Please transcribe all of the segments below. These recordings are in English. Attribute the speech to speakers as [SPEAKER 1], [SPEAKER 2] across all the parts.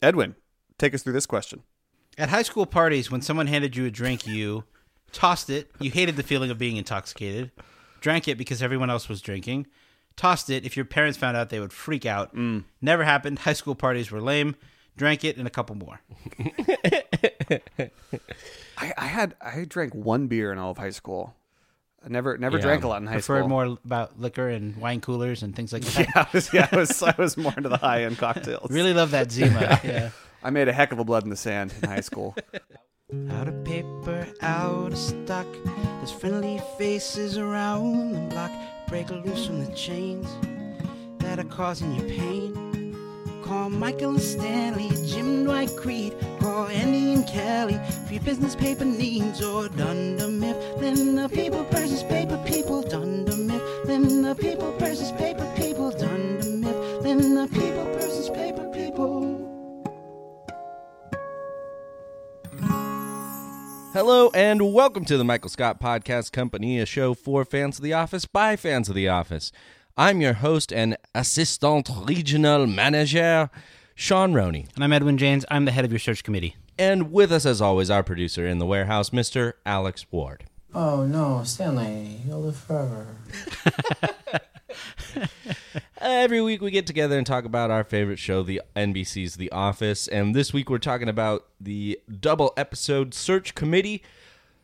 [SPEAKER 1] Edwin, take us through this question.
[SPEAKER 2] At high school parties, when someone handed you a drink, you tossed it. You hated the feeling of being intoxicated. Drank it because everyone else was drinking. Tossed it. If your parents found out, they would freak out. Never happened. High school parties were lame. Drank it and a couple more.
[SPEAKER 1] I, I had I drank one beer in all of high school. I never never
[SPEAKER 3] Yeah.
[SPEAKER 1] drank a lot in high
[SPEAKER 2] Preferred
[SPEAKER 1] school.
[SPEAKER 2] more about liquor and wine coolers and things like that.
[SPEAKER 1] I was, yeah, I was I was more into the high end cocktails.
[SPEAKER 2] Really love that Zima. yeah.
[SPEAKER 1] I made a heck of a blood in the sand in high school.
[SPEAKER 2] Out of paper, out of stock. There's friendly faces around the block. Break loose from the chains that are causing you pain. Call Michael and Stanley, Jim Dwight Creed. Call Andy and Kelly for your business paper needs or Dunder Then the people versus paper people, Dunder Then the people versus paper people, Dunder Then the people versus paper people.
[SPEAKER 3] Hello and welcome to the Michael Scott Podcast Company, a show for fans of The Office by fans of The Office. I'm your host and assistant regional manager, Sean Roney.
[SPEAKER 2] And I'm Edwin James. I'm the head of your search committee.
[SPEAKER 3] And with us, as always, our producer in the warehouse, Mr. Alex Ward.
[SPEAKER 4] Oh no, Stanley, you'll live forever.
[SPEAKER 3] Every week we get together and talk about our favorite show, the NBC's The Office, and this week we're talking about the double episode search committee.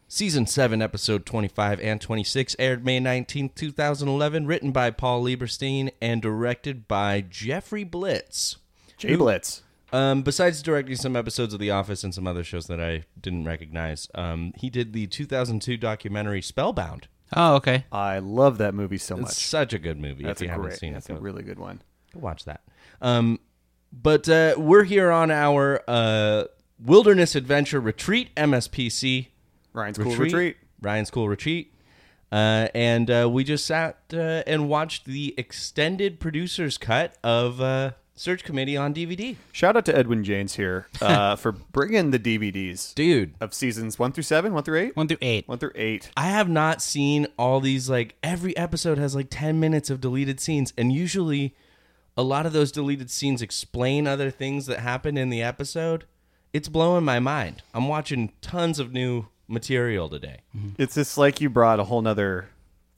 [SPEAKER 3] Season 7, episode 25 and 26, aired May 19, 2011, written by Paul Lieberstein and directed by Jeffrey Blitz.
[SPEAKER 1] J Blitz.
[SPEAKER 3] Um, besides directing some episodes of The Office and some other shows that I didn't recognize, um, he did the 2002 documentary Spellbound.
[SPEAKER 2] Oh, okay.
[SPEAKER 1] I love that movie so
[SPEAKER 3] It's
[SPEAKER 1] much.
[SPEAKER 3] such a good movie
[SPEAKER 1] That's
[SPEAKER 3] if
[SPEAKER 1] a
[SPEAKER 3] you haven't
[SPEAKER 1] great.
[SPEAKER 3] seen
[SPEAKER 1] that's
[SPEAKER 3] it.
[SPEAKER 1] a
[SPEAKER 3] go-
[SPEAKER 1] really good one.
[SPEAKER 3] go watch that. Um, but uh, we're here on our uh, Wilderness Adventure Retreat MSPC
[SPEAKER 1] Ryan's cool retreat.
[SPEAKER 3] Ryan's Cool Retreat. Uh, and uh, we just sat uh, and watched the extended producer's cut of uh, Search Committee on DVD.
[SPEAKER 1] Shout out to Edwin Janes here uh, for bringing the DVDs
[SPEAKER 3] Dude,
[SPEAKER 1] of seasons one through seven, one through eight,
[SPEAKER 2] One through eight.
[SPEAKER 1] one through eight.
[SPEAKER 3] I have not seen all these like every episode has like 10 minutes of deleted scenes and usually a lot of those deleted scenes explain other things that happened in the episode. It's blowing my mind. I'm watching tons of new material today.
[SPEAKER 1] It's just like you brought a whole nother.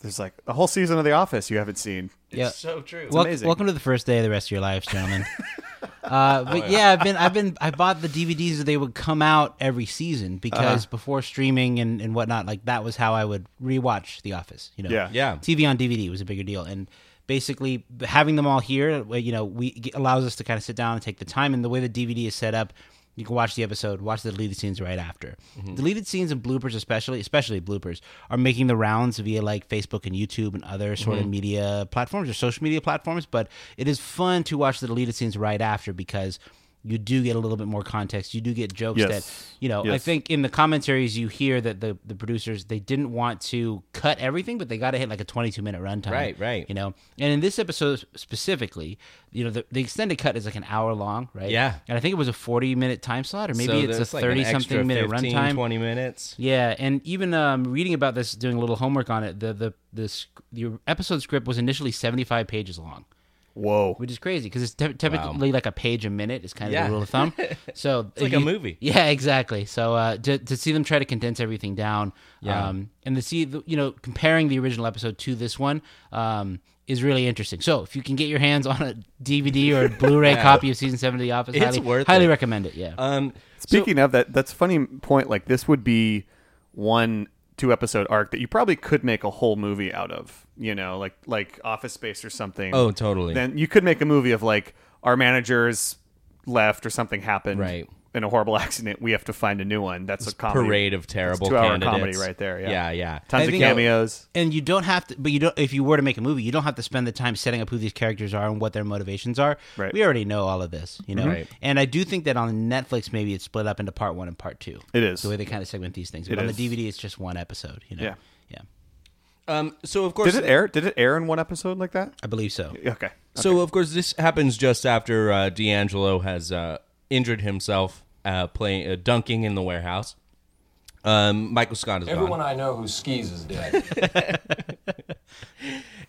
[SPEAKER 1] There's like a whole season of The Office you haven't seen.
[SPEAKER 2] Yeah.
[SPEAKER 3] So true.
[SPEAKER 2] Wel-
[SPEAKER 1] amazing.
[SPEAKER 2] Welcome to the first day of the rest of your lives, gentlemen. uh,
[SPEAKER 1] Oh,
[SPEAKER 2] but yeah, I've been, I've been, I bought the DVDs that they would come out every season because
[SPEAKER 1] Uh-huh.
[SPEAKER 2] before streaming and, and whatnot, like that was how I would rewatch The Office. You know,
[SPEAKER 1] Yeah.
[SPEAKER 3] Yeah.
[SPEAKER 2] TV on DVD was a bigger deal, and basically having them all here, uh, you know, we it allows us to kind of sit down and take the time. And the way the DVD is set up, you can watch the episode, watch the deleted scenes right after.
[SPEAKER 1] Mm-hmm.
[SPEAKER 2] Deleted scenes and bloopers, especially, especially bloopers, are making the rounds via like Facebook and YouTube and other sort
[SPEAKER 1] Mm-hmm.
[SPEAKER 2] of media platforms or social media platforms. But it is fun to watch the deleted scenes right after because. You do get a little bit more context. You do get jokes
[SPEAKER 1] Yes.
[SPEAKER 2] that you know. I
[SPEAKER 1] Yes.
[SPEAKER 2] think in the commentaries you hear that the the producers they didn't want to cut everything, but they got to hit like a 22 minute runtime.
[SPEAKER 3] Right, right.
[SPEAKER 2] You know, and in this episode specifically, you know, the, the extended cut is like an hour long, right?
[SPEAKER 3] Yeah.
[SPEAKER 2] And I think it was a 40 minute time slot, or maybe it's a 30 something minute runtime.
[SPEAKER 3] 20 minutes.
[SPEAKER 2] Yeah, and even um, reading about this, doing a little homework on it, the the the, sc- the episode script was initially 75 pages long
[SPEAKER 1] Whoa.
[SPEAKER 2] which is crazy because it's te- typically like a page a minute is kind of
[SPEAKER 3] Yeah.
[SPEAKER 2] the rule of thumb. So it's
[SPEAKER 3] like a movie.
[SPEAKER 2] Yeah, exactly. So uh, to to see them try to condense everything down,
[SPEAKER 3] Yeah.
[SPEAKER 2] um, and to see the, you know comparing the original episode to this one. Um, is really interesting. So if you can get your hands on a DVD or a Blu-ray copy of season seven of The Office,
[SPEAKER 3] It's
[SPEAKER 2] highly,
[SPEAKER 3] worth
[SPEAKER 2] highly
[SPEAKER 3] it.
[SPEAKER 2] recommend it. Yeah,
[SPEAKER 3] Um,
[SPEAKER 1] Speaking of that, that's a funny point. Like this would be one two episode arc that you probably could make a whole movie out of. You know, like like Office Space or something.
[SPEAKER 3] Oh, totally.
[SPEAKER 1] Then you could make a movie of like our managers left or something happened.
[SPEAKER 3] Right.
[SPEAKER 1] in a horrible accident. We have to find a new one. That's a comedy.
[SPEAKER 3] parade of terrible
[SPEAKER 1] two-hour
[SPEAKER 3] candidates.
[SPEAKER 1] comedy right there, yeah.
[SPEAKER 3] yeah, yeah.
[SPEAKER 1] Tons
[SPEAKER 2] I
[SPEAKER 1] of
[SPEAKER 2] think-
[SPEAKER 1] cameos.
[SPEAKER 2] and you don't have to but you don't if you were to make a movie you don't have to spend the time setting up who these characters are and what their motivations are
[SPEAKER 1] Right.
[SPEAKER 2] we already know all of this you know
[SPEAKER 3] Right.
[SPEAKER 2] and i do think that on netflix maybe it's split up into part one and part two
[SPEAKER 1] It is.
[SPEAKER 2] the way they kind of segment these things but
[SPEAKER 1] It
[SPEAKER 2] on
[SPEAKER 1] is.
[SPEAKER 2] the dvd it's just one episode you know
[SPEAKER 1] Yeah.
[SPEAKER 2] yeah
[SPEAKER 3] Um, so of course,
[SPEAKER 1] Did it air? Did it air in one episode like that?
[SPEAKER 2] i believe so
[SPEAKER 1] Okay.
[SPEAKER 3] So of course this happens just after uh, D'Angelo has uh, injured himself uh, playing uh, dunking in the warehouse. Um, Michael Scott is
[SPEAKER 5] Everyone
[SPEAKER 3] gone,
[SPEAKER 5] I know who skis is dead.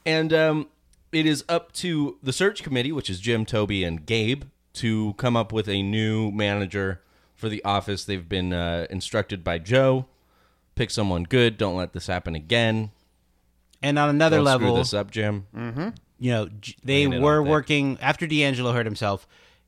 [SPEAKER 3] and um, it is up to the search committee, which is Jim, Toby, and Gabe, to come up with a new manager for the office. They've been uh, instructed by Joe, pick someone good. Don't let this happen again.
[SPEAKER 2] and on another
[SPEAKER 3] Don't
[SPEAKER 2] level
[SPEAKER 3] screw this up, Jim.
[SPEAKER 2] you know j- they
[SPEAKER 3] Laying it
[SPEAKER 2] were
[SPEAKER 3] on thick.
[SPEAKER 2] working after d'angelo hurt himself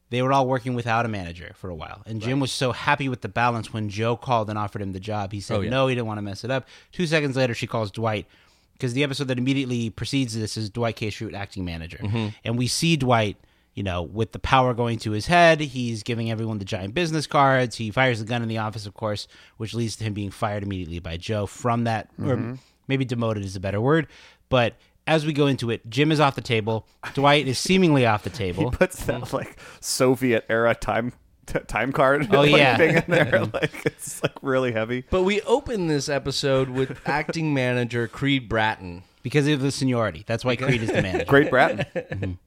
[SPEAKER 2] they were all working without a manager for a while and jim was so happy with the balance when joe called and offered him the job he said
[SPEAKER 3] Oh, yeah.
[SPEAKER 2] no he didn't want to mess it up two seconds later she calls dwight because the episode that immediately precedes this is dwight k schrute acting manager
[SPEAKER 3] Mm-hmm.
[SPEAKER 2] and we see dwight you know with the power going to his head he's giving everyone the giant business cards he fires the gun in the office of course which leads to him being fired immediately by joe from that or maybe demoted is a better word but as we go into it, Jim is off the table. Dwight is seemingly off the table.
[SPEAKER 1] Puts
[SPEAKER 3] Mm.
[SPEAKER 1] that like Soviet era time t- time card.
[SPEAKER 2] Oh,
[SPEAKER 1] like,
[SPEAKER 2] yeah.
[SPEAKER 1] thing in there. like it's like really heavy.
[SPEAKER 3] But we open this episode with acting manager Creed Bratton.
[SPEAKER 2] because of the seniority. That's why Creed is the manager.
[SPEAKER 1] Great Bratton.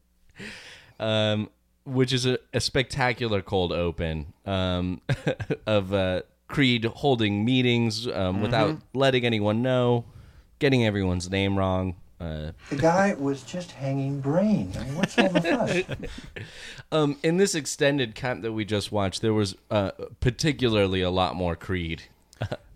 [SPEAKER 3] um, which is a, a spectacular cold open um, of uh, Creed holding meetings um, without letting anyone know, getting everyone's name wrong. Uh,
[SPEAKER 6] The guy was just hanging brain. I mean, what's all the fuss?
[SPEAKER 3] um, in this extended cut that we just watched, there was uh, particularly a lot more Creed,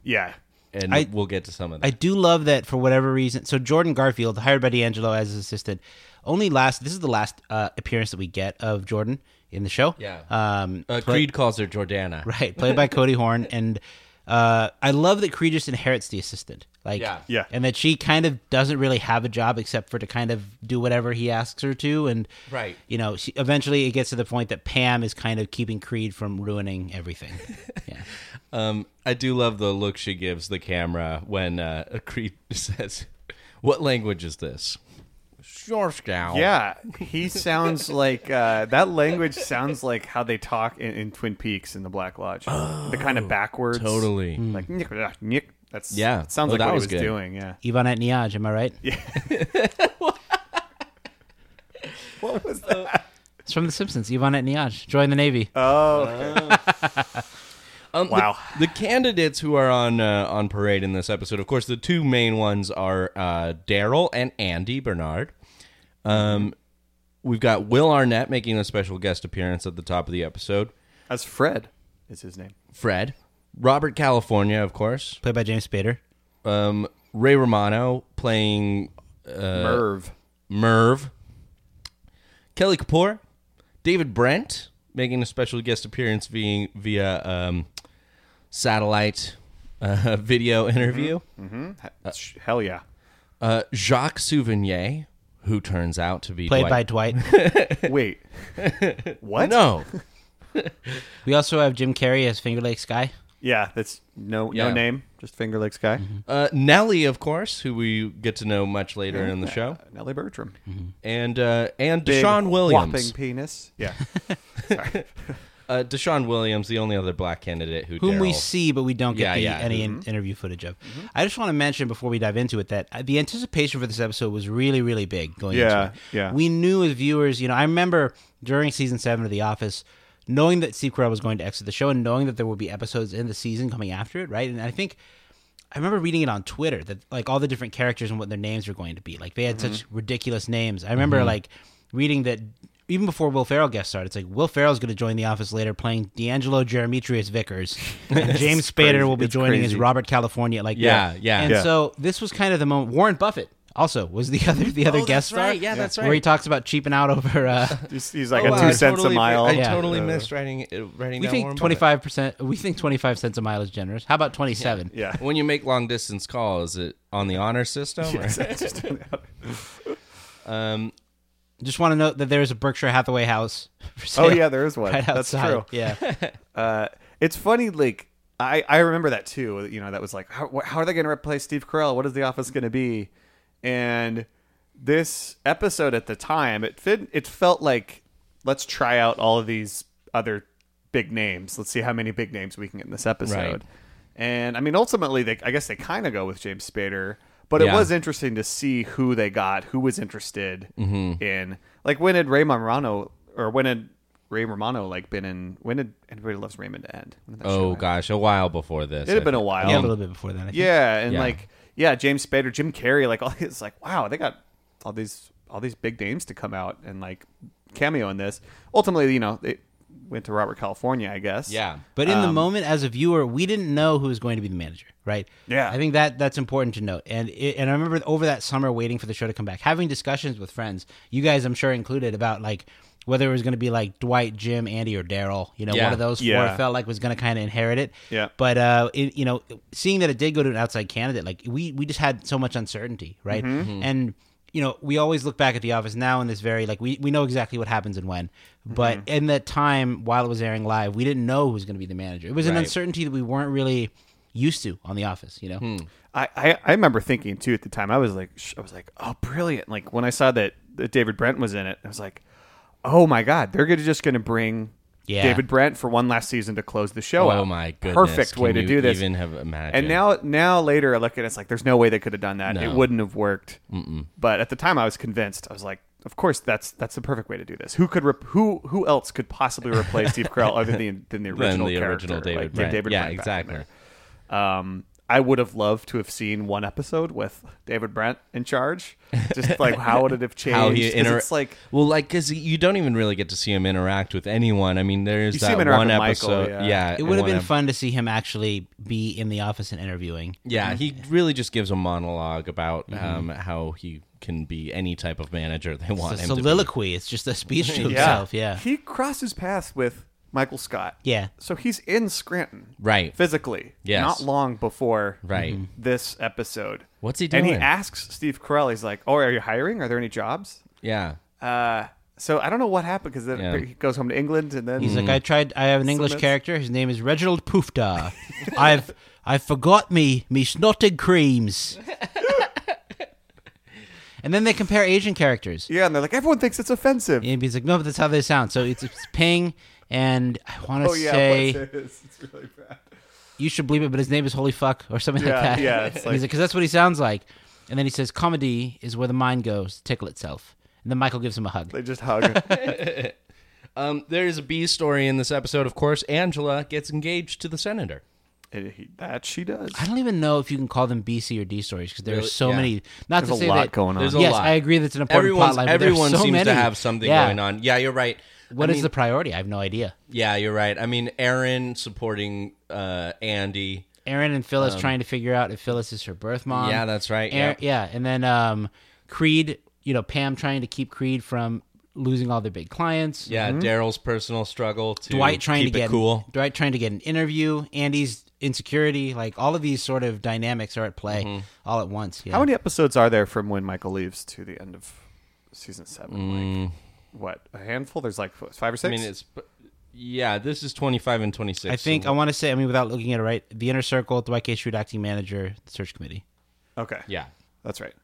[SPEAKER 1] Yeah.
[SPEAKER 3] and
[SPEAKER 2] I-
[SPEAKER 3] we'll get to some of that.
[SPEAKER 2] I do love that for whatever reason. So Jordan Garfield, hired by D'Angelo as his assistant, only last. This is the last uh, appearance that we get of Jordan in the show.
[SPEAKER 3] Yeah.
[SPEAKER 2] Um,
[SPEAKER 3] uh, Creed calls her Jordana.
[SPEAKER 2] right, played by Cody Horn, and uh, I love that Creed just inherits the assistant. Like,
[SPEAKER 3] Yeah.
[SPEAKER 1] Yeah.
[SPEAKER 2] and that she kind of doesn't really have a job except for to kind of do whatever he asks her to, and
[SPEAKER 3] Right.
[SPEAKER 2] you know, she, eventually it gets to the point that Pam is kind of keeping Creed from ruining everything. yeah.
[SPEAKER 3] Um, I do love the look she gives the camera when uh, Creed says, "What language is this?" Shorscow.
[SPEAKER 1] Yeah, he sounds like uh, that language sounds like how they talk in, in Twin Peaks in the Black Lodge. the kind of backwards,
[SPEAKER 3] Oh, totally. Hmm.
[SPEAKER 1] like nick, ah, nick. That's
[SPEAKER 3] Yeah.
[SPEAKER 1] it sounds
[SPEAKER 3] Oh,
[SPEAKER 1] like
[SPEAKER 3] that
[SPEAKER 1] what
[SPEAKER 3] was
[SPEAKER 1] he was
[SPEAKER 3] good.
[SPEAKER 1] doing. Yeah,
[SPEAKER 2] Ivanette Niaj, am I right?
[SPEAKER 1] what was that?
[SPEAKER 2] It's from The Simpsons. Ivanette Niaj, join the Navy.
[SPEAKER 3] Um, the-
[SPEAKER 1] Wow.
[SPEAKER 3] The, candidates who are on uh, on parade in this episode, of course, the two main ones are uh, Daryl and Andy Bernard. Um, we've got Will Arnett making a special guest appearance at the top of the episode.
[SPEAKER 1] That's Fred. Is his name?
[SPEAKER 3] Fred, Robert California, of course.
[SPEAKER 2] Played by James Spader.
[SPEAKER 3] Um, Ray Romano playing Uh,
[SPEAKER 1] Merv.
[SPEAKER 3] Merv. Kelly Kapoor, David Brent making a special guest appearance via via um, satellite uh, video interview.
[SPEAKER 2] Mm-hmm.
[SPEAKER 1] Sh- Hell yeah.
[SPEAKER 3] Uh, Jacques Souvenier, who turns out to be
[SPEAKER 2] Played by
[SPEAKER 3] Dwight.
[SPEAKER 2] Dwight.
[SPEAKER 1] Wait, what?
[SPEAKER 3] no,
[SPEAKER 2] we also have Jim Carrey as Finger Lakes Guy.
[SPEAKER 1] Yeah, that's no
[SPEAKER 3] Yeah.
[SPEAKER 1] no name. Just Finger Lakes guy.
[SPEAKER 3] uh, Nellie, of course, who we get to know much later in the show,
[SPEAKER 1] Nellie Bertram.
[SPEAKER 3] and uh, and
[SPEAKER 1] Big
[SPEAKER 3] Deshaun
[SPEAKER 1] Whopping
[SPEAKER 3] Williams.
[SPEAKER 1] penis. Yeah.
[SPEAKER 3] Uh, Deshaun Williams, the only other black candidate who
[SPEAKER 2] Whom we
[SPEAKER 3] Daryl-
[SPEAKER 2] see, but we don't get
[SPEAKER 3] Yeah,
[SPEAKER 2] the,
[SPEAKER 3] yeah. Mm-hmm.
[SPEAKER 2] any in- interview footage of. I just want to mention before we dive into it that uh, the anticipation for this episode was really, really big going
[SPEAKER 1] Yeah,
[SPEAKER 2] into it.
[SPEAKER 1] yeah.
[SPEAKER 2] We knew as viewers, you know, I remember during season seven of The Office, knowing that Steve Carell was going to exit the show and knowing that there would be episodes in the season coming after it, right? And I think I remember reading it on Twitter that like all the different characters and what their names were going to be. Like they
[SPEAKER 1] Mm-hmm.
[SPEAKER 2] had such ridiculous names. I remember like reading that even before Will Ferrell guest started, it's like Will Ferrell's going to join The Office later, playing D'Angelo Jeremetrius Vickers, and James Spader
[SPEAKER 1] crazy.
[SPEAKER 2] will be
[SPEAKER 1] It's
[SPEAKER 2] joining as
[SPEAKER 1] crazy.
[SPEAKER 2] Robert California. Like
[SPEAKER 3] Yeah,
[SPEAKER 2] that.
[SPEAKER 3] yeah.
[SPEAKER 2] And
[SPEAKER 1] Yeah.
[SPEAKER 2] so this was kind of the moment. Warren Buffett also was the other the other
[SPEAKER 3] Oh,
[SPEAKER 2] guest
[SPEAKER 3] that's right.
[SPEAKER 2] star.
[SPEAKER 3] Yeah, that's
[SPEAKER 2] Where he
[SPEAKER 3] right.
[SPEAKER 2] talks about cheaping out over. Uh,
[SPEAKER 1] He's, he's like
[SPEAKER 3] Oh,
[SPEAKER 1] a
[SPEAKER 3] wow,
[SPEAKER 1] two
[SPEAKER 3] I
[SPEAKER 1] cents a
[SPEAKER 3] totally-
[SPEAKER 1] mile.
[SPEAKER 3] I
[SPEAKER 2] Yeah.
[SPEAKER 3] totally missed writing uh, writing
[SPEAKER 2] we
[SPEAKER 3] down Warren
[SPEAKER 2] think
[SPEAKER 3] Buffett.
[SPEAKER 2] twenty five percent. We think twenty five cents a mile is generous. How about twenty seven?
[SPEAKER 1] Yeah.
[SPEAKER 3] When you make long distance calls, is it on the honor system? or- um,
[SPEAKER 2] Just want to note that there is a Berkshire Hathaway house. For sale
[SPEAKER 1] Oh yeah, there is one.
[SPEAKER 2] right
[SPEAKER 1] That's
[SPEAKER 2] outside.
[SPEAKER 1] true.
[SPEAKER 2] Yeah.
[SPEAKER 1] Uh, It's funny, like I I remember that too. You know, that was like, how, wh- how are they going to replace Steve Carell? What is the Office going to be? And this episode at the time, it fit, it felt like let's try out all of these other big names. Let's see how many big names we can get in this episode.
[SPEAKER 3] Right.
[SPEAKER 1] And I mean, ultimately, they I guess they kind of go with James Spader, but it
[SPEAKER 3] Yeah.
[SPEAKER 1] was interesting to see who they got, who was interested
[SPEAKER 3] Mm-hmm.
[SPEAKER 1] in. Like when had Ray Romano or when had Ray Romano like been in? When did Everybody Loves Raymond end? When did that show
[SPEAKER 3] Oh
[SPEAKER 1] end?
[SPEAKER 3] gosh, a while before this.
[SPEAKER 1] it had been a while.
[SPEAKER 2] Yeah, a
[SPEAKER 1] Yeah,
[SPEAKER 2] little bit before that. I think.
[SPEAKER 1] and
[SPEAKER 3] Yeah.
[SPEAKER 1] like yeah, James Spader, Jim Carrey, like all it's like wow, they got all these all these big names to come out and like cameo in this. Ultimately, you know they went to Robert California, I guess.
[SPEAKER 3] Yeah.
[SPEAKER 2] But in the moment, as a viewer, we didn't know who was going to be the manager, right?
[SPEAKER 1] Yeah.
[SPEAKER 2] I think that that's important to note. And it, and I remember over that summer waiting for the show to come back, having discussions with friends, you guys, I'm sure included, about like whether it was going to be like Dwight, Jim, Andy, or Daryl. You know,
[SPEAKER 3] Yeah.
[SPEAKER 2] one of those
[SPEAKER 1] Yeah.
[SPEAKER 2] four felt like was going to kind of inherit it.
[SPEAKER 1] Yeah.
[SPEAKER 2] But uh, it, you know, seeing that it did go to an outside candidate, like we we just had so much uncertainty, right?
[SPEAKER 3] Mm-hmm.
[SPEAKER 2] And you know, we always look back at the office now in this very like we, we know exactly what happens and when.
[SPEAKER 3] Mm-hmm.
[SPEAKER 2] But in that time while it was airing live, we didn't know who was going to be the manager. It was an
[SPEAKER 3] Right.
[SPEAKER 2] uncertainty that we weren't really used to on the office, you know.
[SPEAKER 3] Hmm.
[SPEAKER 1] I, I, I remember thinking too at the time. I was like, sh- I was like, oh, brilliant! Like when I saw that, that David Brent was in it, I was like, oh my god, they're gonna, just going to bring
[SPEAKER 2] Yeah.
[SPEAKER 1] David Brent for one last season to close the show.
[SPEAKER 3] Oh
[SPEAKER 1] out.
[SPEAKER 3] my goodness!
[SPEAKER 1] perfect way
[SPEAKER 3] Can
[SPEAKER 1] to
[SPEAKER 3] you
[SPEAKER 1] do this.
[SPEAKER 3] Even have imagined.
[SPEAKER 1] and now now later, I look at it, it's like there's no way they could have done that. It wouldn't have worked. But at the time, I was convinced. I was like, of course, that's that's the perfect way to do this. Who could rep- who who else could possibly replace Steve Carell other than the, than the
[SPEAKER 3] than
[SPEAKER 1] original
[SPEAKER 3] the
[SPEAKER 1] character?
[SPEAKER 3] original David,
[SPEAKER 1] Like, get
[SPEAKER 3] Brent.
[SPEAKER 1] David
[SPEAKER 3] yeah,
[SPEAKER 1] Brent back in
[SPEAKER 3] exactly.
[SPEAKER 1] there. Um, I would have loved to have seen one episode with David Brent in charge. Just like how would it have changed?
[SPEAKER 3] How he
[SPEAKER 1] 'Cause
[SPEAKER 3] inter-
[SPEAKER 1] it's like
[SPEAKER 3] well, like because you don't even really get to see him interact with anyone. I mean, there's
[SPEAKER 1] You see
[SPEAKER 3] that
[SPEAKER 1] him interact
[SPEAKER 3] one
[SPEAKER 1] with Michael,
[SPEAKER 3] episode.
[SPEAKER 1] yeah.
[SPEAKER 3] yeah.
[SPEAKER 2] It would have
[SPEAKER 3] one
[SPEAKER 2] been
[SPEAKER 3] ep-
[SPEAKER 2] fun to see him actually be in the office and interviewing.
[SPEAKER 3] Yeah, he really just gives a monologue about um, how he can be any type of manager they
[SPEAKER 2] Mm-hmm.
[SPEAKER 3] want
[SPEAKER 2] It's a
[SPEAKER 3] him to be.
[SPEAKER 2] soliloquy. It's just a speech to himself. Yeah.
[SPEAKER 1] he crosses paths with Michael Scott.
[SPEAKER 2] Yeah.
[SPEAKER 1] so he's in Scranton,
[SPEAKER 3] Right.
[SPEAKER 1] Physically,
[SPEAKER 3] Yes.
[SPEAKER 1] Not long before
[SPEAKER 3] Right.
[SPEAKER 2] Mm-hmm.
[SPEAKER 3] Mhm.
[SPEAKER 1] this episode.
[SPEAKER 3] What's he
[SPEAKER 1] And he
[SPEAKER 3] doing?
[SPEAKER 1] asks Steve Carell. He's like, "Oh, are you hiring? Are there any jobs?"
[SPEAKER 3] Yeah.
[SPEAKER 1] Uh, so I don't know what happened because then
[SPEAKER 3] Yeah.
[SPEAKER 1] he goes home to England and then
[SPEAKER 2] He's like, I tried. I have an English
[SPEAKER 1] Submits.
[SPEAKER 2] character. His name is Reginald Poofda. I've I forgot me me snotted creams. and then they compare Asian characters.
[SPEAKER 1] "Yeah," and they're like, "Everyone thinks it's offensive."
[SPEAKER 2] And he's like, no, but that's how they sound. So it's, it's Ping, and I want to
[SPEAKER 1] Oh yeah,
[SPEAKER 2] say
[SPEAKER 1] but it is. it's really bad.
[SPEAKER 2] you should believe it, but his name is Holy Fuck or something
[SPEAKER 1] Yeah,
[SPEAKER 2] like that.
[SPEAKER 1] yeah, it's
[SPEAKER 2] And he's like, because that's what he sounds like. And then he says, comedy is where the mind goes to tickle itself. And then Michael gives him a hug.
[SPEAKER 1] They just hug.
[SPEAKER 3] Um, there is a B story in this episode, of course. Angela gets engaged to the senator.
[SPEAKER 1] And he- that she does.
[SPEAKER 2] I don't even know if you can call them B, C, or D stories because there
[SPEAKER 3] Really?
[SPEAKER 2] are so
[SPEAKER 3] Yeah.
[SPEAKER 2] many. Not
[SPEAKER 1] There's
[SPEAKER 2] to
[SPEAKER 1] a
[SPEAKER 2] say
[SPEAKER 1] lot
[SPEAKER 2] that,
[SPEAKER 1] going on.
[SPEAKER 3] There's a
[SPEAKER 2] yes,
[SPEAKER 3] lot.
[SPEAKER 2] I agree that's an important
[SPEAKER 3] Everyone's,
[SPEAKER 2] plot line. but there's
[SPEAKER 3] everyone
[SPEAKER 2] so
[SPEAKER 3] seems
[SPEAKER 2] many.
[SPEAKER 3] to have something
[SPEAKER 2] Yeah.
[SPEAKER 3] going on. Yeah, you're right.
[SPEAKER 2] What
[SPEAKER 3] I
[SPEAKER 2] is
[SPEAKER 3] mean-
[SPEAKER 2] the priority? I have no idea.
[SPEAKER 3] Yeah, you're right. I mean, Aaron supporting uh, Andy.
[SPEAKER 2] Aaron and Phyllis trying to figure out if Phyllis is her birth mom.
[SPEAKER 3] Um, Yeah, that's right,
[SPEAKER 2] Aaron- Yeah, and then um, Creed, you know, Pam trying to keep Creed from losing all their big clients.
[SPEAKER 3] Yeah, Daryl's personal struggle to
[SPEAKER 2] Mm-hmm. Dwight trying
[SPEAKER 3] keep
[SPEAKER 2] to get
[SPEAKER 3] it cool.
[SPEAKER 2] Dwight trying to get an interview. Andy's insecurity, like all of these sort of dynamics are at play
[SPEAKER 3] Mm-hmm.
[SPEAKER 2] all at once. Yeah.
[SPEAKER 1] How many episodes are there from when Michael leaves to the end of season seven? Like what? A handful? There's like f- five or
[SPEAKER 3] Mm. I
[SPEAKER 1] six.
[SPEAKER 3] mean, it's yeah. This is 25 and 26.
[SPEAKER 2] I think I want to say, I mean, without looking at it right, the inner circle, Dwight K. Schrute, acting manager, the search committee.
[SPEAKER 1] okay.
[SPEAKER 3] yeah.
[SPEAKER 1] that's right.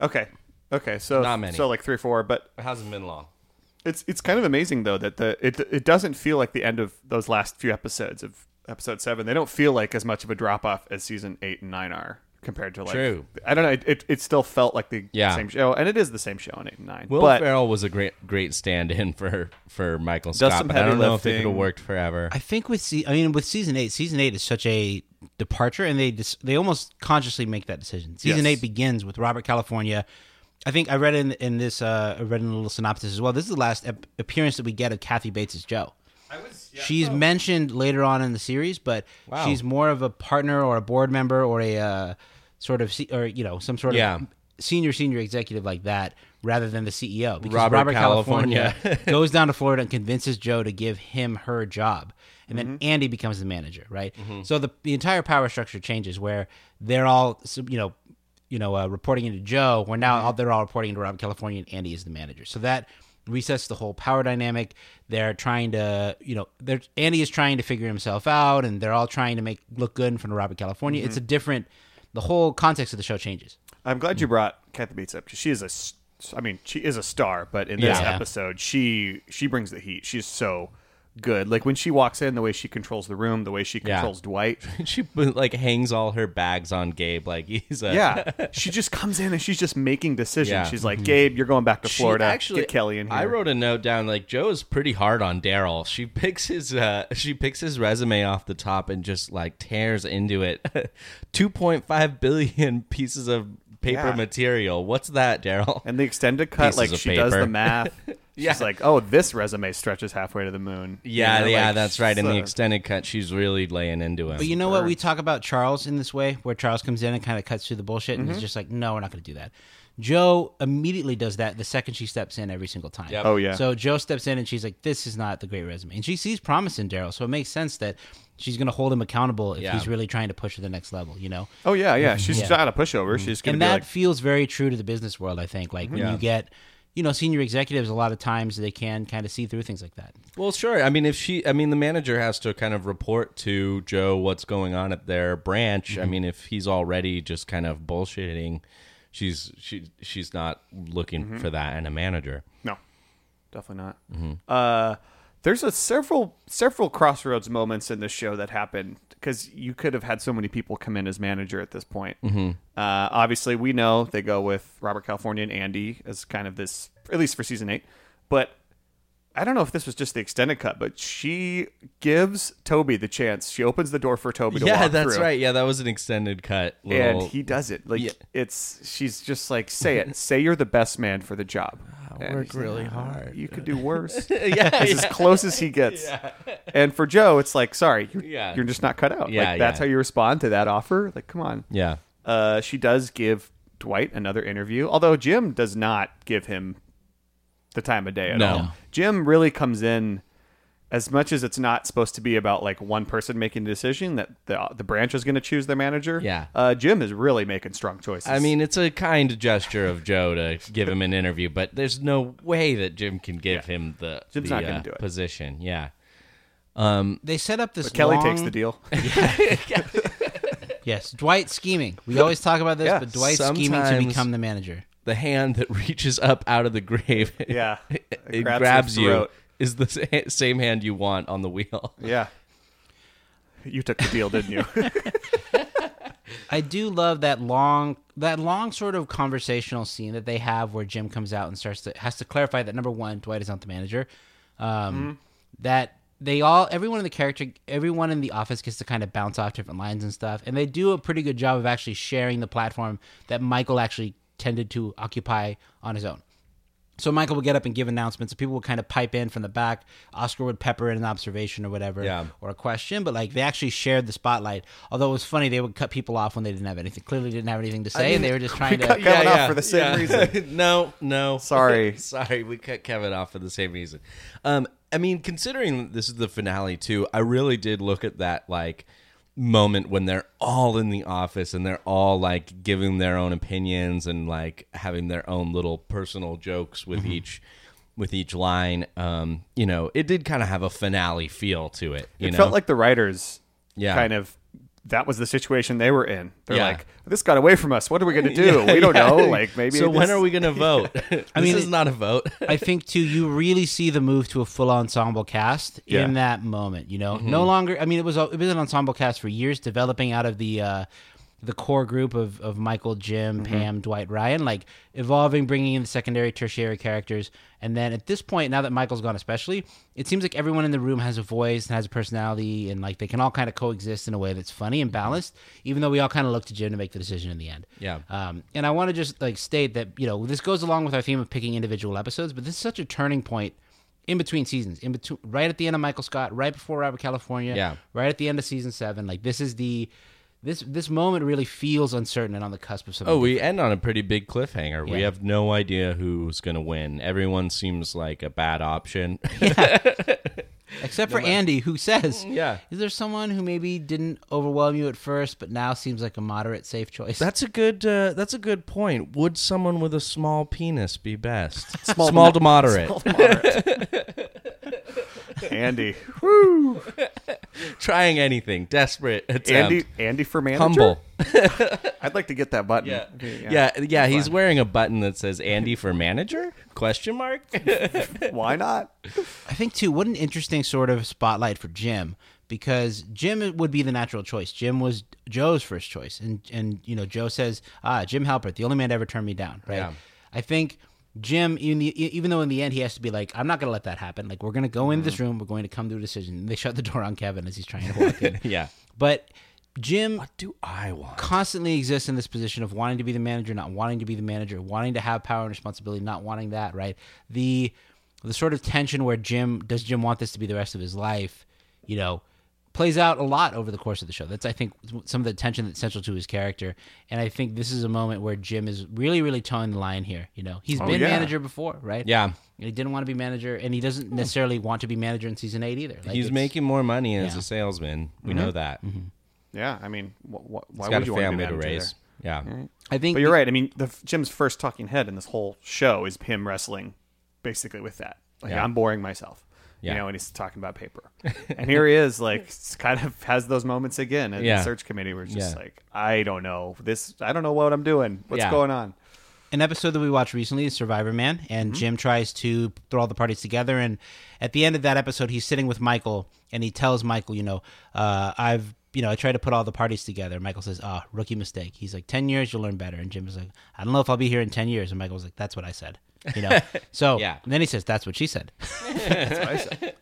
[SPEAKER 1] Okay, okay. So
[SPEAKER 3] Not many.
[SPEAKER 1] So like three or four, but
[SPEAKER 3] It hasn't been long.
[SPEAKER 1] it's it's kind of amazing though that the it it doesn't feel like the end of those last few episodes of episode seven. They don't feel like as much of a drop off as season eight and nine are compared to like
[SPEAKER 3] True.
[SPEAKER 1] I don't know. It it, it still felt like the
[SPEAKER 3] Yeah.
[SPEAKER 1] same show, and it is the same show on eight and nine.
[SPEAKER 3] Will
[SPEAKER 1] but
[SPEAKER 3] Ferrell was a great great stand-in for for Michael
[SPEAKER 1] Does
[SPEAKER 3] Scott,
[SPEAKER 1] some
[SPEAKER 3] but I don't
[SPEAKER 1] heavy
[SPEAKER 3] know if they could
[SPEAKER 1] lifting.
[SPEAKER 3] have worked forever.
[SPEAKER 2] I think with se- I mean with season eight, season eight is such a departure, and they dis- they almost consciously make that decision. Season
[SPEAKER 1] Yes.
[SPEAKER 2] eight begins with Robert California. I think I read in in this uh, I read in a little synopsis as well. This is the last ep- appearance that we get of Kathy Bates as Joe. She's mentioned later on in the series, but
[SPEAKER 3] oh. Wow.
[SPEAKER 2] she's more of a partner or a board member or a uh, sort of se- or you know some sort
[SPEAKER 3] Yeah.
[SPEAKER 2] of senior senior executive like that rather than the CEO because
[SPEAKER 3] Robert
[SPEAKER 2] Robert,
[SPEAKER 3] California.
[SPEAKER 2] California goes down to Florida and convinces Joe to give him her job. And then Andy becomes the manager, right? So the, the entire power structure changes where they're all, so- you know, you know, uh, reporting into Joe, where now all, they're all reporting into Robert California and Andy is the manager. So that recess the whole power dynamic. They're trying to, you know, they're, Andy is trying to figure himself out, and they're all trying to make look good in front of Robert California. It's a different. The whole context of the show changes.
[SPEAKER 1] I'm glad you brought Kathy Bates up. 'cause She is a, s- I mean, she is a star, but in this
[SPEAKER 2] Yeah.
[SPEAKER 1] episode, she she brings the heat. She's so good. Like when she walks in, the way she controls the room, the way she
[SPEAKER 3] Yeah.
[SPEAKER 1] controls Dwight.
[SPEAKER 3] she like hangs all her bags on Gabe like he's a
[SPEAKER 1] Yeah, she just comes in and she's just making decisions.
[SPEAKER 3] Yeah. Mm-hmm.
[SPEAKER 1] She's like, Gabe, you're going back to
[SPEAKER 3] She
[SPEAKER 1] Florida. Get Kelly in here.
[SPEAKER 3] I wrote a note down like Joe is pretty hard on Daryl. She picks his uh, she picks his resume off the top and just like tears into it. Two point five billion pieces of paper
[SPEAKER 1] Yeah.
[SPEAKER 3] material. What's that, Daryl?
[SPEAKER 1] and the extended cut,
[SPEAKER 3] Pieces
[SPEAKER 1] like
[SPEAKER 3] of
[SPEAKER 1] she does the
[SPEAKER 3] paper.
[SPEAKER 1] math.
[SPEAKER 3] Yeah.
[SPEAKER 1] She's like, oh, this resume stretches halfway to the moon. You
[SPEAKER 3] yeah,
[SPEAKER 1] know,
[SPEAKER 3] yeah,
[SPEAKER 1] like,
[SPEAKER 3] that's right. In the
[SPEAKER 1] so-
[SPEAKER 3] extended cut, she's really laying into him.
[SPEAKER 2] But you know what? We talk about Charles in this way, where Charles comes in and kind of cuts through the bullshit and
[SPEAKER 1] Mm-hmm.
[SPEAKER 2] is just like, no, we're not going to do that. Joe immediately does that the second she steps in every single time.
[SPEAKER 3] Yep.
[SPEAKER 1] Oh, yeah.
[SPEAKER 2] So Joe steps in and she's like, this is not the great resume. And she sees promise in Daryl. So it makes sense that she's going to hold him accountable if
[SPEAKER 3] Yeah.
[SPEAKER 2] he's really trying to push to the next level, you know?
[SPEAKER 1] Oh yeah, yeah. She's not a pushover. She's gonna
[SPEAKER 2] and
[SPEAKER 1] be
[SPEAKER 2] that
[SPEAKER 1] like, Mm-hmm.
[SPEAKER 2] feels very true to the business world, I think. Like when
[SPEAKER 3] Yeah.
[SPEAKER 2] you get, you know, senior executives, a lot of times they can kind of see through things like that.
[SPEAKER 3] Well, sure. I mean, if she, I mean, the manager has to kind of report to Joe what's going on at their branch.
[SPEAKER 1] Mm-hmm.
[SPEAKER 3] I mean, if he's already just kind of bullshitting, she's she she's not looking
[SPEAKER 1] Mm-hmm.
[SPEAKER 3] for that in a manager.
[SPEAKER 1] No, definitely not.
[SPEAKER 3] Mm-hmm.
[SPEAKER 1] Uh, there's a several several crossroads moments in this show that happened because you could have had so many people come in as manager at this point.
[SPEAKER 3] Mm-hmm.
[SPEAKER 1] Uh, obviously, we know they go with Robert California and Andy as kind of this, at least for season eight. But I don't know if this was just the extended cut, but she gives Toby the chance. She opens the door for Toby to walk
[SPEAKER 3] yeah,
[SPEAKER 1] through.
[SPEAKER 3] that's right. Yeah, that was an extended cut.
[SPEAKER 1] And
[SPEAKER 3] Little,
[SPEAKER 1] he does it. Like
[SPEAKER 3] Yeah.
[SPEAKER 1] it's she's just like, say it. say you're the best man for the job. And
[SPEAKER 3] work
[SPEAKER 1] he's like,
[SPEAKER 3] really
[SPEAKER 1] "Ah,
[SPEAKER 3] hard."
[SPEAKER 1] You could do worse. It's as close as he gets. And for Joe, it's like, sorry, you're,
[SPEAKER 3] Yeah.
[SPEAKER 1] you're just not cut out.
[SPEAKER 3] Yeah,
[SPEAKER 1] like that's
[SPEAKER 3] yeah.
[SPEAKER 1] how you respond to that offer. Like, come on.
[SPEAKER 3] yeah,
[SPEAKER 1] Uh, she does give Dwight another interview, although Jim does not give him the time of day at
[SPEAKER 3] No.
[SPEAKER 1] all. Jim really comes in as much as it's not supposed to be about like one person making a decision that the the branch is going to choose their manager.
[SPEAKER 3] Yeah.
[SPEAKER 1] uh, Jim is really making strong choices.
[SPEAKER 3] I mean, it's a kind gesture of Joe to give him an interview, but there's no way that Jim can give him the,
[SPEAKER 1] Jim's
[SPEAKER 3] the,
[SPEAKER 1] not gonna
[SPEAKER 3] uh,
[SPEAKER 1] do it.
[SPEAKER 3] position. Yeah,
[SPEAKER 2] They set up this
[SPEAKER 1] Kelly
[SPEAKER 2] long-
[SPEAKER 1] takes the deal.
[SPEAKER 2] Yes, Dwight scheming. We always talk about this,
[SPEAKER 1] Yeah,
[SPEAKER 2] but Dwight scheming to
[SPEAKER 3] sometimes-
[SPEAKER 2] become the manager.
[SPEAKER 3] the hand that reaches up out of the grave,
[SPEAKER 1] Yeah.
[SPEAKER 3] it,
[SPEAKER 1] It grabs
[SPEAKER 3] grabs,
[SPEAKER 1] your
[SPEAKER 3] you.
[SPEAKER 1] throat.
[SPEAKER 3] Is the sa- same hand you want on the wheel?
[SPEAKER 1] yeah, you took the deal, didn't you?
[SPEAKER 2] I do love that long that long sort of conversational scene that they have where Jim comes out and starts to has to clarify that number one, Dwight is not the manager. Um, That they all everyone in the character everyone in the office gets to kind of bounce off different lines and stuff, and they do a pretty good job of actually sharing the platform that Michael actually tended to occupy on his own. So Michael would get up and give announcements, and people would kind of pipe in from the back. Oscar would pepper in an observation or whatever,
[SPEAKER 3] Yeah.
[SPEAKER 2] or a question. But like they actually shared the spotlight. Although it was funny, they would cut people off when they didn't have anything. Clearly, didn't have anything to say, and they were just trying
[SPEAKER 1] cut
[SPEAKER 2] to.
[SPEAKER 1] Kevin off for the same
[SPEAKER 3] reason. no, no.
[SPEAKER 1] Sorry.
[SPEAKER 3] Sorry, we cut Kevin off for the same reason. Um, I mean, considering this is the finale too, I really did look at that like moment when they're all in the office and they're all like giving their own opinions and like having their own little personal jokes with
[SPEAKER 1] Mm-hmm.
[SPEAKER 3] each with each line. Um, you know, it did kind of have a finale feel to it. You
[SPEAKER 1] it
[SPEAKER 3] know?
[SPEAKER 1] felt like the writers
[SPEAKER 3] Yeah.
[SPEAKER 1] kind of that was the situation they were in they're
[SPEAKER 3] Yeah.
[SPEAKER 1] like this got away from us what are we going to do we don't know like maybe
[SPEAKER 3] So when
[SPEAKER 1] this-
[SPEAKER 3] are we gonna vote? I mean,
[SPEAKER 2] mean,
[SPEAKER 3] this is
[SPEAKER 2] it-
[SPEAKER 3] not a vote.
[SPEAKER 2] I think too, you really see the move to a full ensemble cast
[SPEAKER 1] Yeah.
[SPEAKER 2] in that moment. You know, no longer. I mean, it was a, it was an ensemble cast for years, developing out of the uh, the core group of of Michael, Jim, Pam, Dwight, Ryan, like evolving, bringing in the secondary, tertiary characters, and then at this point, now that Michael's gone, especially, it seems like everyone in the room has a voice and has a personality, and like they can all kind of coexist in a way that's funny and balanced. Even though we all kind of look to Jim to make the decision in the end.
[SPEAKER 3] Yeah.
[SPEAKER 2] Um, and I want to just like state that you know this goes along with our theme of picking individual episodes, but this is such a turning point in between seasons, in between right at the end of Michael Scott, right before Robert California,
[SPEAKER 3] Yeah.
[SPEAKER 2] right at the end of season seven. Like this is the this this moment really feels uncertain and on the cusp of something.
[SPEAKER 3] Oh, we end on a pretty big cliffhanger. We
[SPEAKER 2] Yeah.
[SPEAKER 3] have no idea who's going to win. Everyone seems like a bad option.
[SPEAKER 2] Except for Andy, who says,
[SPEAKER 3] Yeah.
[SPEAKER 2] Is there someone who maybe didn't overwhelm you at first, but now seems like a moderate, safe choice?
[SPEAKER 3] That's a good. Uh, that's a good point. Would someone with a small penis be best? Small,
[SPEAKER 1] Small-
[SPEAKER 3] to moderate.
[SPEAKER 1] Andy.
[SPEAKER 3] Trying anything. Desperate attempt.
[SPEAKER 1] Andy. Andy for manager.
[SPEAKER 3] Humble.
[SPEAKER 1] I'd like to get that button.
[SPEAKER 3] Yeah.
[SPEAKER 1] Okay,
[SPEAKER 3] Yeah. Yeah. he's wearing a button that says "Andy for manager?" Question mark.
[SPEAKER 1] Why not?
[SPEAKER 2] I think, too, what an interesting sort of spotlight for Jim because Jim would be the natural choice. Jim was Joe's first choice. And, and you know, Joe says, Ah, Jim Halpert, the only man to ever turn me down, right?
[SPEAKER 3] Yeah.
[SPEAKER 2] I think. Jim, in the, e, even though in the end he has to be like, I'm not going to let that happen. Like, we're going to go into this room. We're going to come to a decision. And they shut the door on Kevin as he's trying to walk in.
[SPEAKER 3] yeah.
[SPEAKER 2] But Jim
[SPEAKER 3] Do I want?
[SPEAKER 2] constantly exists in this position of wanting to be the manager, not wanting to be the manager, wanting to have power and responsibility, not wanting that, right? The the sort of tension where Jim does Jim want this to be the rest of his life, you know, plays out a lot over the course of the show. That's I think some of the tension that's central to his character, and I think this is a moment where Jim is really really towing the line here, you know. He's been
[SPEAKER 1] yeah.
[SPEAKER 2] manager before, right?
[SPEAKER 3] Yeah.
[SPEAKER 2] And he didn't want to be manager and he doesn't necessarily want to be manager in season 8 either. Like,
[SPEAKER 3] He's
[SPEAKER 2] it's-
[SPEAKER 3] making more money as
[SPEAKER 2] Yeah.
[SPEAKER 3] a salesman. We know that.
[SPEAKER 1] Yeah. I mean, wh- wh- why
[SPEAKER 3] He's got
[SPEAKER 1] would
[SPEAKER 3] a
[SPEAKER 1] you
[SPEAKER 3] family
[SPEAKER 1] want
[SPEAKER 3] to
[SPEAKER 1] be manager
[SPEAKER 3] raise.
[SPEAKER 1] there?
[SPEAKER 3] Yeah.
[SPEAKER 2] I think
[SPEAKER 1] But you're right. I mean, the, Jim's first talking head in this whole show is him wrestling, basically with that. Like
[SPEAKER 3] Yeah.
[SPEAKER 1] I'm boring myself.
[SPEAKER 3] Yeah.
[SPEAKER 1] You know, and he's talking about paper. and here he is, like, s- kind of has those moments again at
[SPEAKER 3] Yeah.
[SPEAKER 1] the search committee where it's just
[SPEAKER 3] Yeah.
[SPEAKER 1] like, I don't know. This, I don't know what I'm doing. What's
[SPEAKER 3] Yeah.
[SPEAKER 1] going on?
[SPEAKER 2] an episode that we watched recently is Survivor Man, and Jim tries to throw all the parties together. And at the end of that episode, he's sitting with Michael, and he tells Michael, you know, uh, I've, you know, I tried to put all the parties together. Michael says, ah, rookie mistake. He's like, 10 years, you'll learn better. And Jim is like, I don't know if I'll be here in 10 years. And Michael's like, that's what I said. You know, so
[SPEAKER 3] Yeah.
[SPEAKER 2] and then he says, "That's what she said."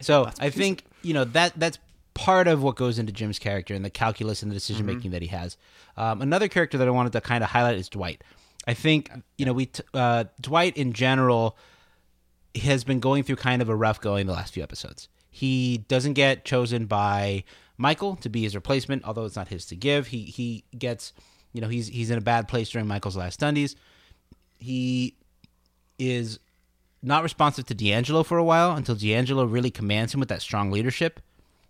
[SPEAKER 2] So I think you know that that's part of what goes into Jim's character and the calculus and the decision making that he has. Um, another character that I wanted to kind of highlight is Dwight. I think you know we t- uh, Dwight in general has been going through kind of a rough going the last few episodes. He doesn't get chosen by Michael to be his replacement, although it's not his to give. He he gets you know he's he's in a bad place during Michael's last Dundies. He is not responsive to D'Angelo for a while until D'Angelo really commands him with that strong leadership,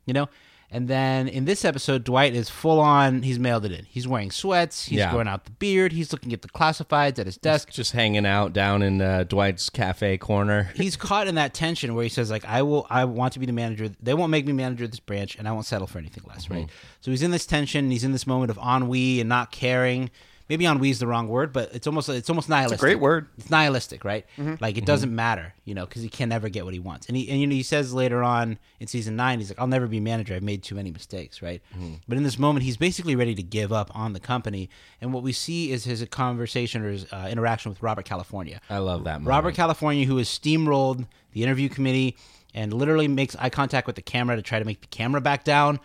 [SPEAKER 2] you know? And then in this episode, Dwight is full on, he's mailed it in. He's wearing sweats, he's
[SPEAKER 3] Yeah.
[SPEAKER 2] growing out the beard, he's looking at the classifieds at his desk.
[SPEAKER 3] Just hanging out down in uh, Dwight's cafe corner.
[SPEAKER 2] He's caught in that tension where he says, like, I will I want to be the manager. They won't make me manager of this branch and I won't settle for anything less, right?
[SPEAKER 3] Mm-hmm.
[SPEAKER 2] So he's in this tension, he's in this moment of ennui and not caring. Maybe ennui is the wrong word, but it's almost it's almost nihilistic.
[SPEAKER 1] great word.
[SPEAKER 2] It's nihilistic, right?
[SPEAKER 3] Mm-hmm.
[SPEAKER 2] Like it doesn't matter, you know, because he can never get what he wants. And he and you know he says later on in season nine, he's like, "I'll never be manager. I've made too many mistakes." Right.
[SPEAKER 3] Mm-hmm.
[SPEAKER 2] But in this moment, he's basically ready to give up on the company. And what we see is his conversation or his uh, interaction with Robert California.
[SPEAKER 3] I love that moment.
[SPEAKER 2] Robert California, who has steamrolled the interview committee and literally makes eye contact with the camera to try to make the camera back down.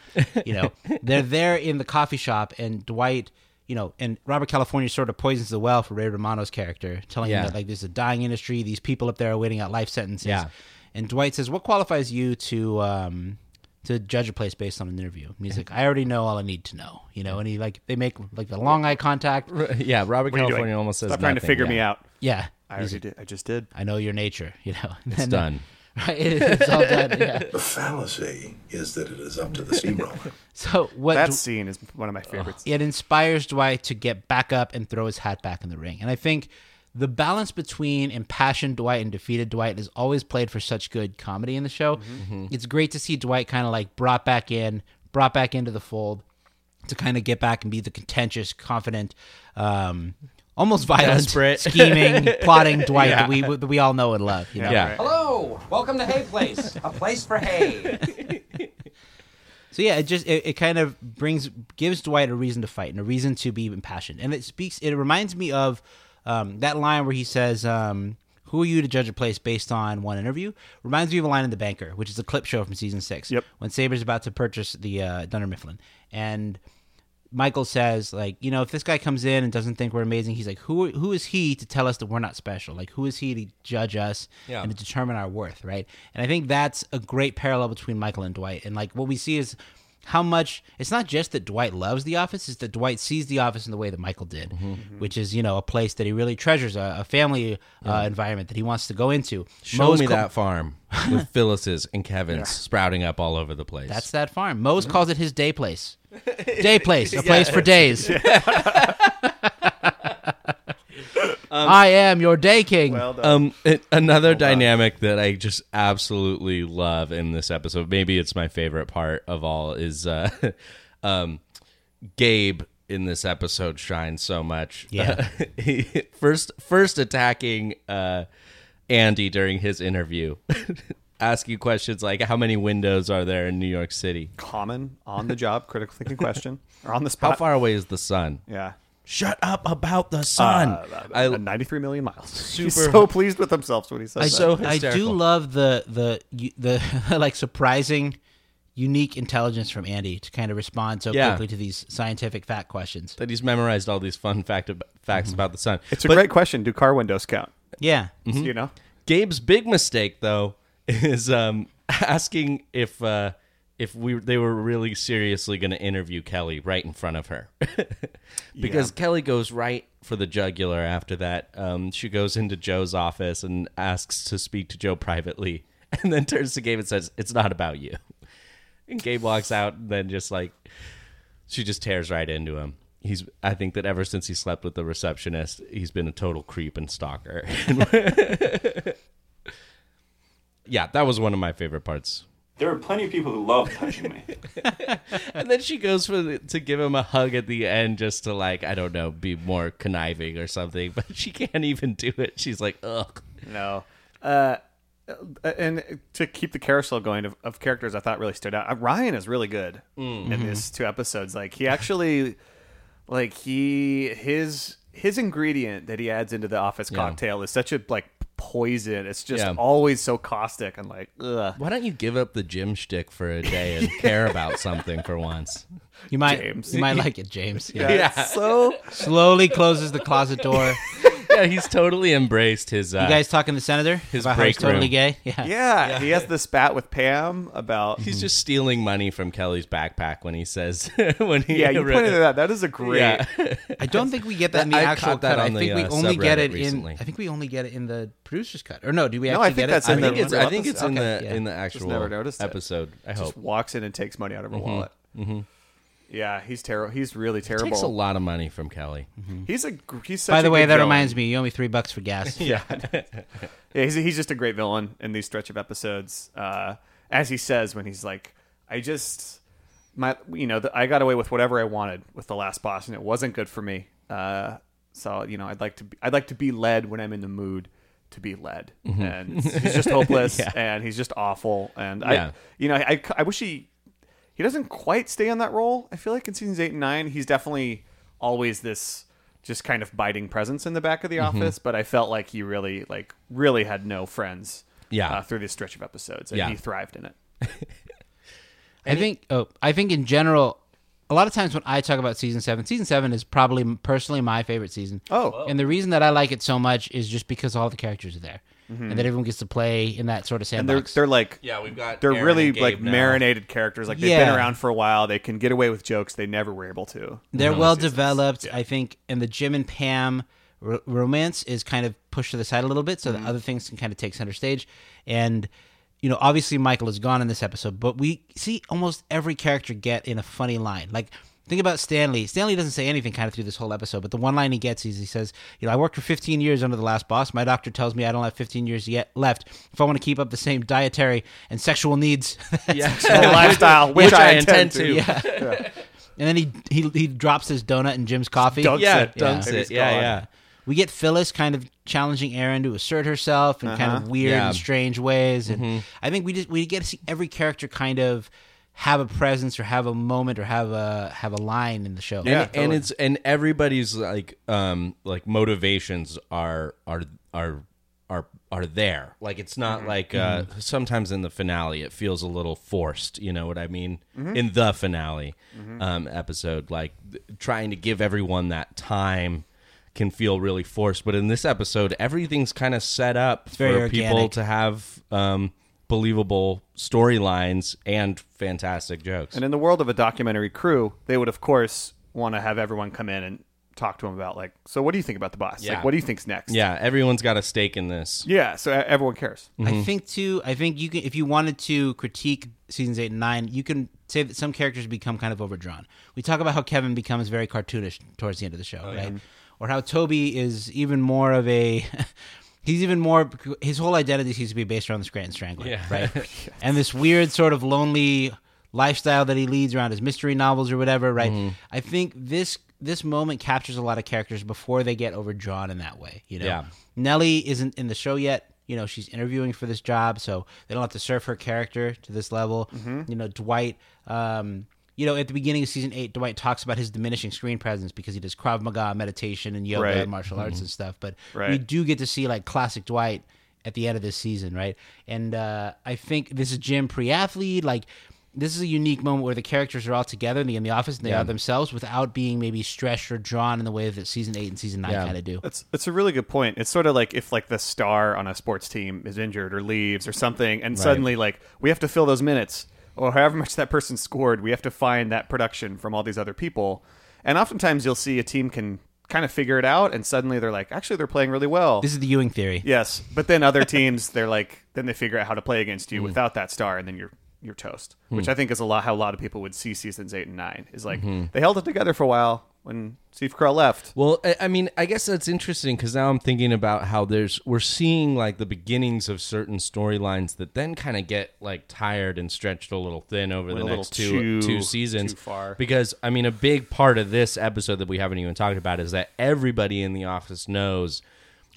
[SPEAKER 2] You know, they're there in the coffee shop, and Dwight, you know, and Robert California sort of poisons the well for Ray Romano's character, telling
[SPEAKER 3] Yeah.
[SPEAKER 2] him that like this is a dying industry. These people up there are waiting out life sentences.
[SPEAKER 3] Yeah.
[SPEAKER 2] And Dwight says, "What qualifies you to um, to judge a place based on an interview?" And he's like, "I already know all I need to know." You know, and he like they make like the long eye contact.
[SPEAKER 3] yeah, Robert
[SPEAKER 1] What are you doing?
[SPEAKER 3] California almost says
[SPEAKER 1] Stop trying to
[SPEAKER 3] nothing,
[SPEAKER 1] figure
[SPEAKER 3] yeah.
[SPEAKER 1] me out.
[SPEAKER 2] Yeah.
[SPEAKER 1] I already did. I just did.
[SPEAKER 2] I know your nature, you know.
[SPEAKER 3] It's done.
[SPEAKER 2] Right, it- it's all done. Yeah.
[SPEAKER 7] The fallacy is that it is up to the steamroller.
[SPEAKER 2] So what?
[SPEAKER 1] That
[SPEAKER 2] Dw-
[SPEAKER 1] scene is one of my favorites.
[SPEAKER 2] it inspires Dwight to get back up and throw his hat back in the ring, and I think the balance between impassioned Dwight and defeated Dwight is always played for such good comedy in the show.
[SPEAKER 3] Mm-hmm.
[SPEAKER 2] It's great to see Dwight kind of like brought back in, brought back into the fold to kind of get back and be the contentious, confident. Um, Almost violent,
[SPEAKER 3] Desperate.
[SPEAKER 2] scheming, plotting Dwight that we that we all know and love. You know?
[SPEAKER 3] Yeah.
[SPEAKER 8] Hello, welcome to Hay Place, a place for hay.
[SPEAKER 2] So yeah, it just it, it kind of brings gives Dwight a reason to fight and a reason to be impassioned, and it speaks. It reminds me of um, that line where he says, um, "Who are you to judge a place based on one interview?" Reminds me of a line in The Banker, which is a clip show from season six.
[SPEAKER 1] Yep.
[SPEAKER 2] When Saber's about to purchase the uh, Dunder Mifflin, and Michael says, like, you know, if this guy comes in and doesn't think we're amazing, he's like, who who is he to tell us that we're not special? Like, who is he to judge us
[SPEAKER 3] Yeah.
[SPEAKER 2] and to determine our worth, right? And I think that's a great parallel between Michael and Dwight. And like, what we see is how much it's not just that Dwight loves the office, it's that Dwight sees the office in the way that Michael did,
[SPEAKER 3] Mm-hmm.
[SPEAKER 2] which is you know a place that he really treasures, a, a family uh, environment that he wants to go into.
[SPEAKER 3] Show
[SPEAKER 2] Moe's
[SPEAKER 3] me
[SPEAKER 2] call-
[SPEAKER 3] that farm. with Phyllis's and Kevin's sprouting up all over the place.
[SPEAKER 2] That's that farm. Mose
[SPEAKER 3] Hmm?
[SPEAKER 2] calls it his day place. Day place, a place for days. I am your day king.
[SPEAKER 3] um it- another dynamic that I just absolutely love in this episode. Maybe it's my favorite part of all is uh um Gabe in this episode shines so much.
[SPEAKER 2] Yeah.
[SPEAKER 3] he, first first attacking uh Andy during his interview. asking questions like how many windows are there in New York City?
[SPEAKER 1] Common on the job critical thinking question or on the spot.
[SPEAKER 3] How far away is the sun?
[SPEAKER 1] Yeah.
[SPEAKER 3] Shut up about the sun. I
[SPEAKER 1] Uh, 93 million miles. He's
[SPEAKER 3] Super-
[SPEAKER 1] so pleased with himself when he says
[SPEAKER 2] I,
[SPEAKER 1] that.
[SPEAKER 3] so
[SPEAKER 2] I do
[SPEAKER 3] hysterical.
[SPEAKER 2] love the the you- the like surprising, unique intelligence from Andy to kind of respond so
[SPEAKER 3] Yeah.
[SPEAKER 2] quickly to these scientific fact questions.
[SPEAKER 3] that he's memorized all these fun fact ab- facts about the sun.
[SPEAKER 1] It's a great question. Do car windows count?
[SPEAKER 2] Yeah,
[SPEAKER 1] You know?
[SPEAKER 3] Gabe's big mistake though is um, asking if uh, if we they were really seriously going to interview Kelly right in front of her, because Kelly goes right for the jugular after that. Um, she goes into Joe's office and asks to speak to Joe privately, and then turns to Gabe and says, "It's not about you." And Gabe walks out, and then just like she just tears right into him. He's I think that ever since he slept with the receptionist, he's been a total creep and stalker. yeah, that was one of my favorite parts.
[SPEAKER 9] There are plenty of people who love touching me.
[SPEAKER 3] And then she goes for the, to give him a hug at the end, just to like I don't know, be more conniving or something. But she can't even do it. She's like, ugh.
[SPEAKER 1] No. Uh, and to keep the carousel going of, of characters, I thought really stood out. Uh, Ryan is really good in these two episodes. Like he actually, like he his his ingredient that he adds into the office cocktail is such a like poison. It's just
[SPEAKER 3] Yeah.
[SPEAKER 1] always so caustic and like ugh.
[SPEAKER 3] Why don't you give up the gym shtick for a day and care about something for once?
[SPEAKER 2] you might
[SPEAKER 1] James.
[SPEAKER 2] you might like it, James. Yeah.
[SPEAKER 1] Yeah. So
[SPEAKER 2] Slowly closes the closet door.
[SPEAKER 3] Yeah, he's totally embraced his. Uh,
[SPEAKER 2] You guys talking to the senator his about how he's
[SPEAKER 3] break room.
[SPEAKER 2] totally gay? Yeah.
[SPEAKER 1] yeah, he has the spat with Pam about.
[SPEAKER 3] He's just stealing money from Kelly's backpack when he says when he
[SPEAKER 1] Yeah, you pointed it out. That is a great.
[SPEAKER 3] Yeah.
[SPEAKER 2] I don't think we get that in the
[SPEAKER 3] I
[SPEAKER 2] actual
[SPEAKER 3] caught that
[SPEAKER 2] cut. I
[SPEAKER 3] on the,
[SPEAKER 2] think we
[SPEAKER 3] uh,
[SPEAKER 2] only get
[SPEAKER 3] subreddit
[SPEAKER 2] it
[SPEAKER 3] recently.
[SPEAKER 2] in. I think we only get it in the producer's cut. Or no, do we
[SPEAKER 1] No,
[SPEAKER 2] actually
[SPEAKER 1] I think
[SPEAKER 2] get
[SPEAKER 1] that's
[SPEAKER 2] it?
[SPEAKER 3] I
[SPEAKER 1] in the
[SPEAKER 3] think it's I think it's in the
[SPEAKER 2] Okay, yeah.
[SPEAKER 3] in the actual
[SPEAKER 1] never noticed it.
[SPEAKER 3] episode. I
[SPEAKER 1] Just
[SPEAKER 3] hope
[SPEAKER 1] walks in and takes money out of her wallet. Yeah, he's terrible. He's really terrible.
[SPEAKER 3] takes a lot of money from Kelly.
[SPEAKER 1] He's a gr- he's such
[SPEAKER 2] By the
[SPEAKER 1] a
[SPEAKER 2] way,
[SPEAKER 1] good
[SPEAKER 2] that
[SPEAKER 1] villain.
[SPEAKER 2] reminds me. You owe me three bucks for gas.
[SPEAKER 3] Yeah,
[SPEAKER 1] Yeah, he's, he's just a great villain in these stretch of episodes. Uh, as he says when he's like, I just my you know the, I got away with whatever I wanted with the last boss, and it wasn't good for me. Uh, so you know I'd like to be, I'd like to be led when I'm in the mood to be led, and it's- he's just hopeless, and he's just awful, and
[SPEAKER 3] Yeah.
[SPEAKER 1] I you know I, I wish he he doesn't quite stay on that role. I feel like in seasons eight and nine, he's definitely always this just kind of biting presence in the back of the office. But I felt like he really, like, really had no friends.
[SPEAKER 3] Yeah.
[SPEAKER 1] uh, through this stretch of episodes, and
[SPEAKER 3] Yeah.
[SPEAKER 1] he thrived in it.
[SPEAKER 2] I think. Oh, I think in general, a lot of times when I talk about season seven, season seven is probably m- personally my favorite season.
[SPEAKER 1] Oh.
[SPEAKER 2] and the reason that I like it so much is just because all the characters are there, and that everyone gets to play in that sort of
[SPEAKER 1] And they're
[SPEAKER 2] sandbox.
[SPEAKER 1] they're like
[SPEAKER 3] Yeah, we've got
[SPEAKER 1] they're
[SPEAKER 3] Aaron
[SPEAKER 1] really
[SPEAKER 3] and Gabe
[SPEAKER 1] like
[SPEAKER 3] now.
[SPEAKER 1] marinated characters. Like they've
[SPEAKER 2] Yeah.
[SPEAKER 1] been around for a while. They can get away with jokes they never were able to.
[SPEAKER 2] They're well developed, I think. And the Jim and Pam ro- romance is kind of pushed to the side a little bit, so that other things can kind of take center stage. And you know, obviously Michael is gone in this episode, but we see almost every character get in a funny line. Like think about Stanley. Stanley doesn't say anything kind of through this whole episode, but the one line he gets is he says, "You know, I worked for 15 years under the last boss. My doctor tells me I don't have 15 years yet left if I want to keep up the same dietary and sexual needs."
[SPEAKER 1] The lifestyle, which,
[SPEAKER 3] Which
[SPEAKER 1] I,
[SPEAKER 3] I
[SPEAKER 1] intend
[SPEAKER 3] intend
[SPEAKER 1] to.
[SPEAKER 2] yeah. And then he, he he drops his donut in Jim's coffee.
[SPEAKER 1] Dunks
[SPEAKER 3] yeah,
[SPEAKER 1] it.
[SPEAKER 3] dunks
[SPEAKER 1] Maybe
[SPEAKER 3] it.
[SPEAKER 1] it's
[SPEAKER 3] Yeah,
[SPEAKER 1] gone.
[SPEAKER 3] yeah.
[SPEAKER 2] We get Phyllis kind of challenging Aaron to assert herself in kind of weird
[SPEAKER 3] Yeah.
[SPEAKER 2] and strange ways, and I think we just we get to see every character kind of have a presence or have a moment or have a have a line in the show.
[SPEAKER 3] and, and it's and everybody's like um like motivations are are are are are there like it's not like uh
[SPEAKER 1] Mm-hmm.
[SPEAKER 3] sometimes in the finale it feels a little forced you know what i mean in the finale um episode like th- trying to give everyone that time can feel really forced but in this episode everything's kind of set up
[SPEAKER 2] very
[SPEAKER 3] for people
[SPEAKER 2] organic.
[SPEAKER 3] to have um believable storylines and fantastic jokes
[SPEAKER 1] And in the world of a documentary crew, they would of course want to have everyone come in and talk to him about like, so what do you think about the boss?
[SPEAKER 3] Yeah.
[SPEAKER 1] Like, what do you think's next?
[SPEAKER 3] Yeah, everyone's got a stake in this.
[SPEAKER 1] Yeah, so e- everyone cares.
[SPEAKER 3] Mm-hmm.
[SPEAKER 2] I think too. I think you can, if you wanted to critique seasons eight and nine, you can say that some characters become kind of overdrawn. We talk about how Kevin becomes very cartoonish towards the end of the
[SPEAKER 3] Oh,
[SPEAKER 2] show, right? Or how Toby is even more of a. He's even more. His whole identity seems to be based around the Scranton Strangler,
[SPEAKER 3] Yeah.
[SPEAKER 2] right? And this weird sort of lonely lifestyle that he leads around his mystery novels or whatever, right?
[SPEAKER 3] Mm-hmm.
[SPEAKER 2] I think this this moment captures a lot of characters before they get overdrawn in that way. You know,
[SPEAKER 3] Yeah.
[SPEAKER 2] Nellie isn't in the show yet. You know, she's interviewing for this job, so they don't have to serve her character to this level.
[SPEAKER 1] Mm-hmm.
[SPEAKER 2] You know, Dwight. Um, you know, at the beginning of season eight, Dwight talks about his diminishing screen presence because he does Krav Maga meditation and yoga
[SPEAKER 1] Right.
[SPEAKER 2] and martial arts and stuff. But we
[SPEAKER 1] Right.
[SPEAKER 2] do get to see like classic Dwight at the end of this season, right? And uh, I think this is Jim pre-athlete. Like this is a unique moment where the characters are all together in the, in the office and they are themselves without being maybe stretched or drawn in the way that season eight and season nine
[SPEAKER 3] Yeah.
[SPEAKER 2] kind of do.
[SPEAKER 1] That's that's a really good point. It's sort of like if like the star on a sports team is injured or leaves or something, and suddenly like we have to fill those minutes or however much that person scored, we have to find that production from all these other people. And oftentimes you'll see a team can kind of figure it out, and suddenly they're like, actually they're playing really well.
[SPEAKER 2] This is the Ewing theory.
[SPEAKER 1] yes, but then other teams they're like then they figure out how to play against you without that star, and then you're you're toast. Which I think is a lot how a lot of people would see seasons eight and nine is like they held it together for a while when Steve Carell left.
[SPEAKER 3] Well, I, I mean, I guess that's interesting because now I'm thinking about how there's we're seeing like the beginnings of certain storylines that then kind of get like tired and stretched a little thin over the
[SPEAKER 1] Went a
[SPEAKER 3] next
[SPEAKER 1] little
[SPEAKER 3] two uh,
[SPEAKER 1] too-
[SPEAKER 3] two seasons.
[SPEAKER 1] too far.
[SPEAKER 3] Because I mean, a big part of this episode that we haven't even talked about is that everybody in the office knows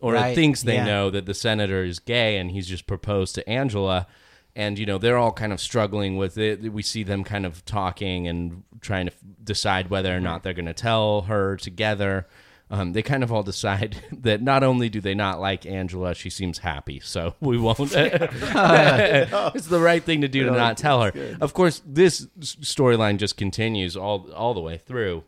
[SPEAKER 3] or
[SPEAKER 2] Right,
[SPEAKER 3] thinks they
[SPEAKER 2] yeah.
[SPEAKER 3] know that the senator is gay and he's just proposed to Angela. And you know they're all kind of struggling with it. We see them kind of talking and trying to f- decide whether or not they're going to tell her together. Um, they kind of all decide that not only do they not like Angela, she seems happy, so we won't. it's the right thing to do to not tell her. Of course, this s- storyline just continues all all the way through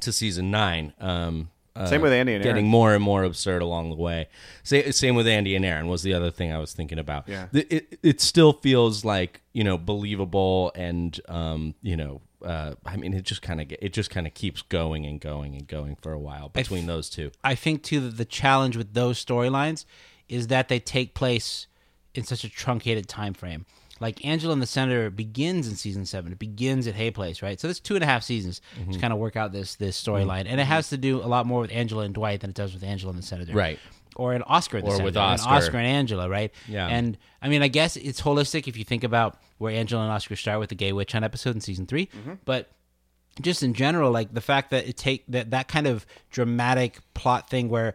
[SPEAKER 3] to season nine. Um, uh,
[SPEAKER 1] Same with Andy and
[SPEAKER 3] getting
[SPEAKER 1] Aaron.
[SPEAKER 3] more and more absurd along the way. Sa- Same with Andy and Aaron was the other thing I was thinking about.
[SPEAKER 1] Yeah.
[SPEAKER 3] The- it, it still feels like you know believable and um, you know uh, I mean it just kind of it just kind of keeps going and going and going for a while between those two.
[SPEAKER 2] I think too that the challenge with those storylines is that they take place in such a truncated time frame. Like Angela and the Senator begins in season seven. It begins at Hay Place, right? So there's two and a half seasons to
[SPEAKER 3] Mm-hmm.
[SPEAKER 2] kind of work out this this storyline, and it has to do a lot more with Angela and Dwight than it does with Angela and the Senator,
[SPEAKER 3] Right.
[SPEAKER 2] Or an Oscar and the
[SPEAKER 3] Or
[SPEAKER 2] Senator,
[SPEAKER 3] with
[SPEAKER 2] an
[SPEAKER 3] Oscar.
[SPEAKER 2] Oscar and Angela, right?
[SPEAKER 3] Yeah.
[SPEAKER 2] And I mean, I guess it's holistic if you think about where Angela and Oscar start with the Gay Witch Hunt episode in season 3
[SPEAKER 3] Mm-hmm.
[SPEAKER 2] but just in general, like the fact that it take that that kind of dramatic plot thing where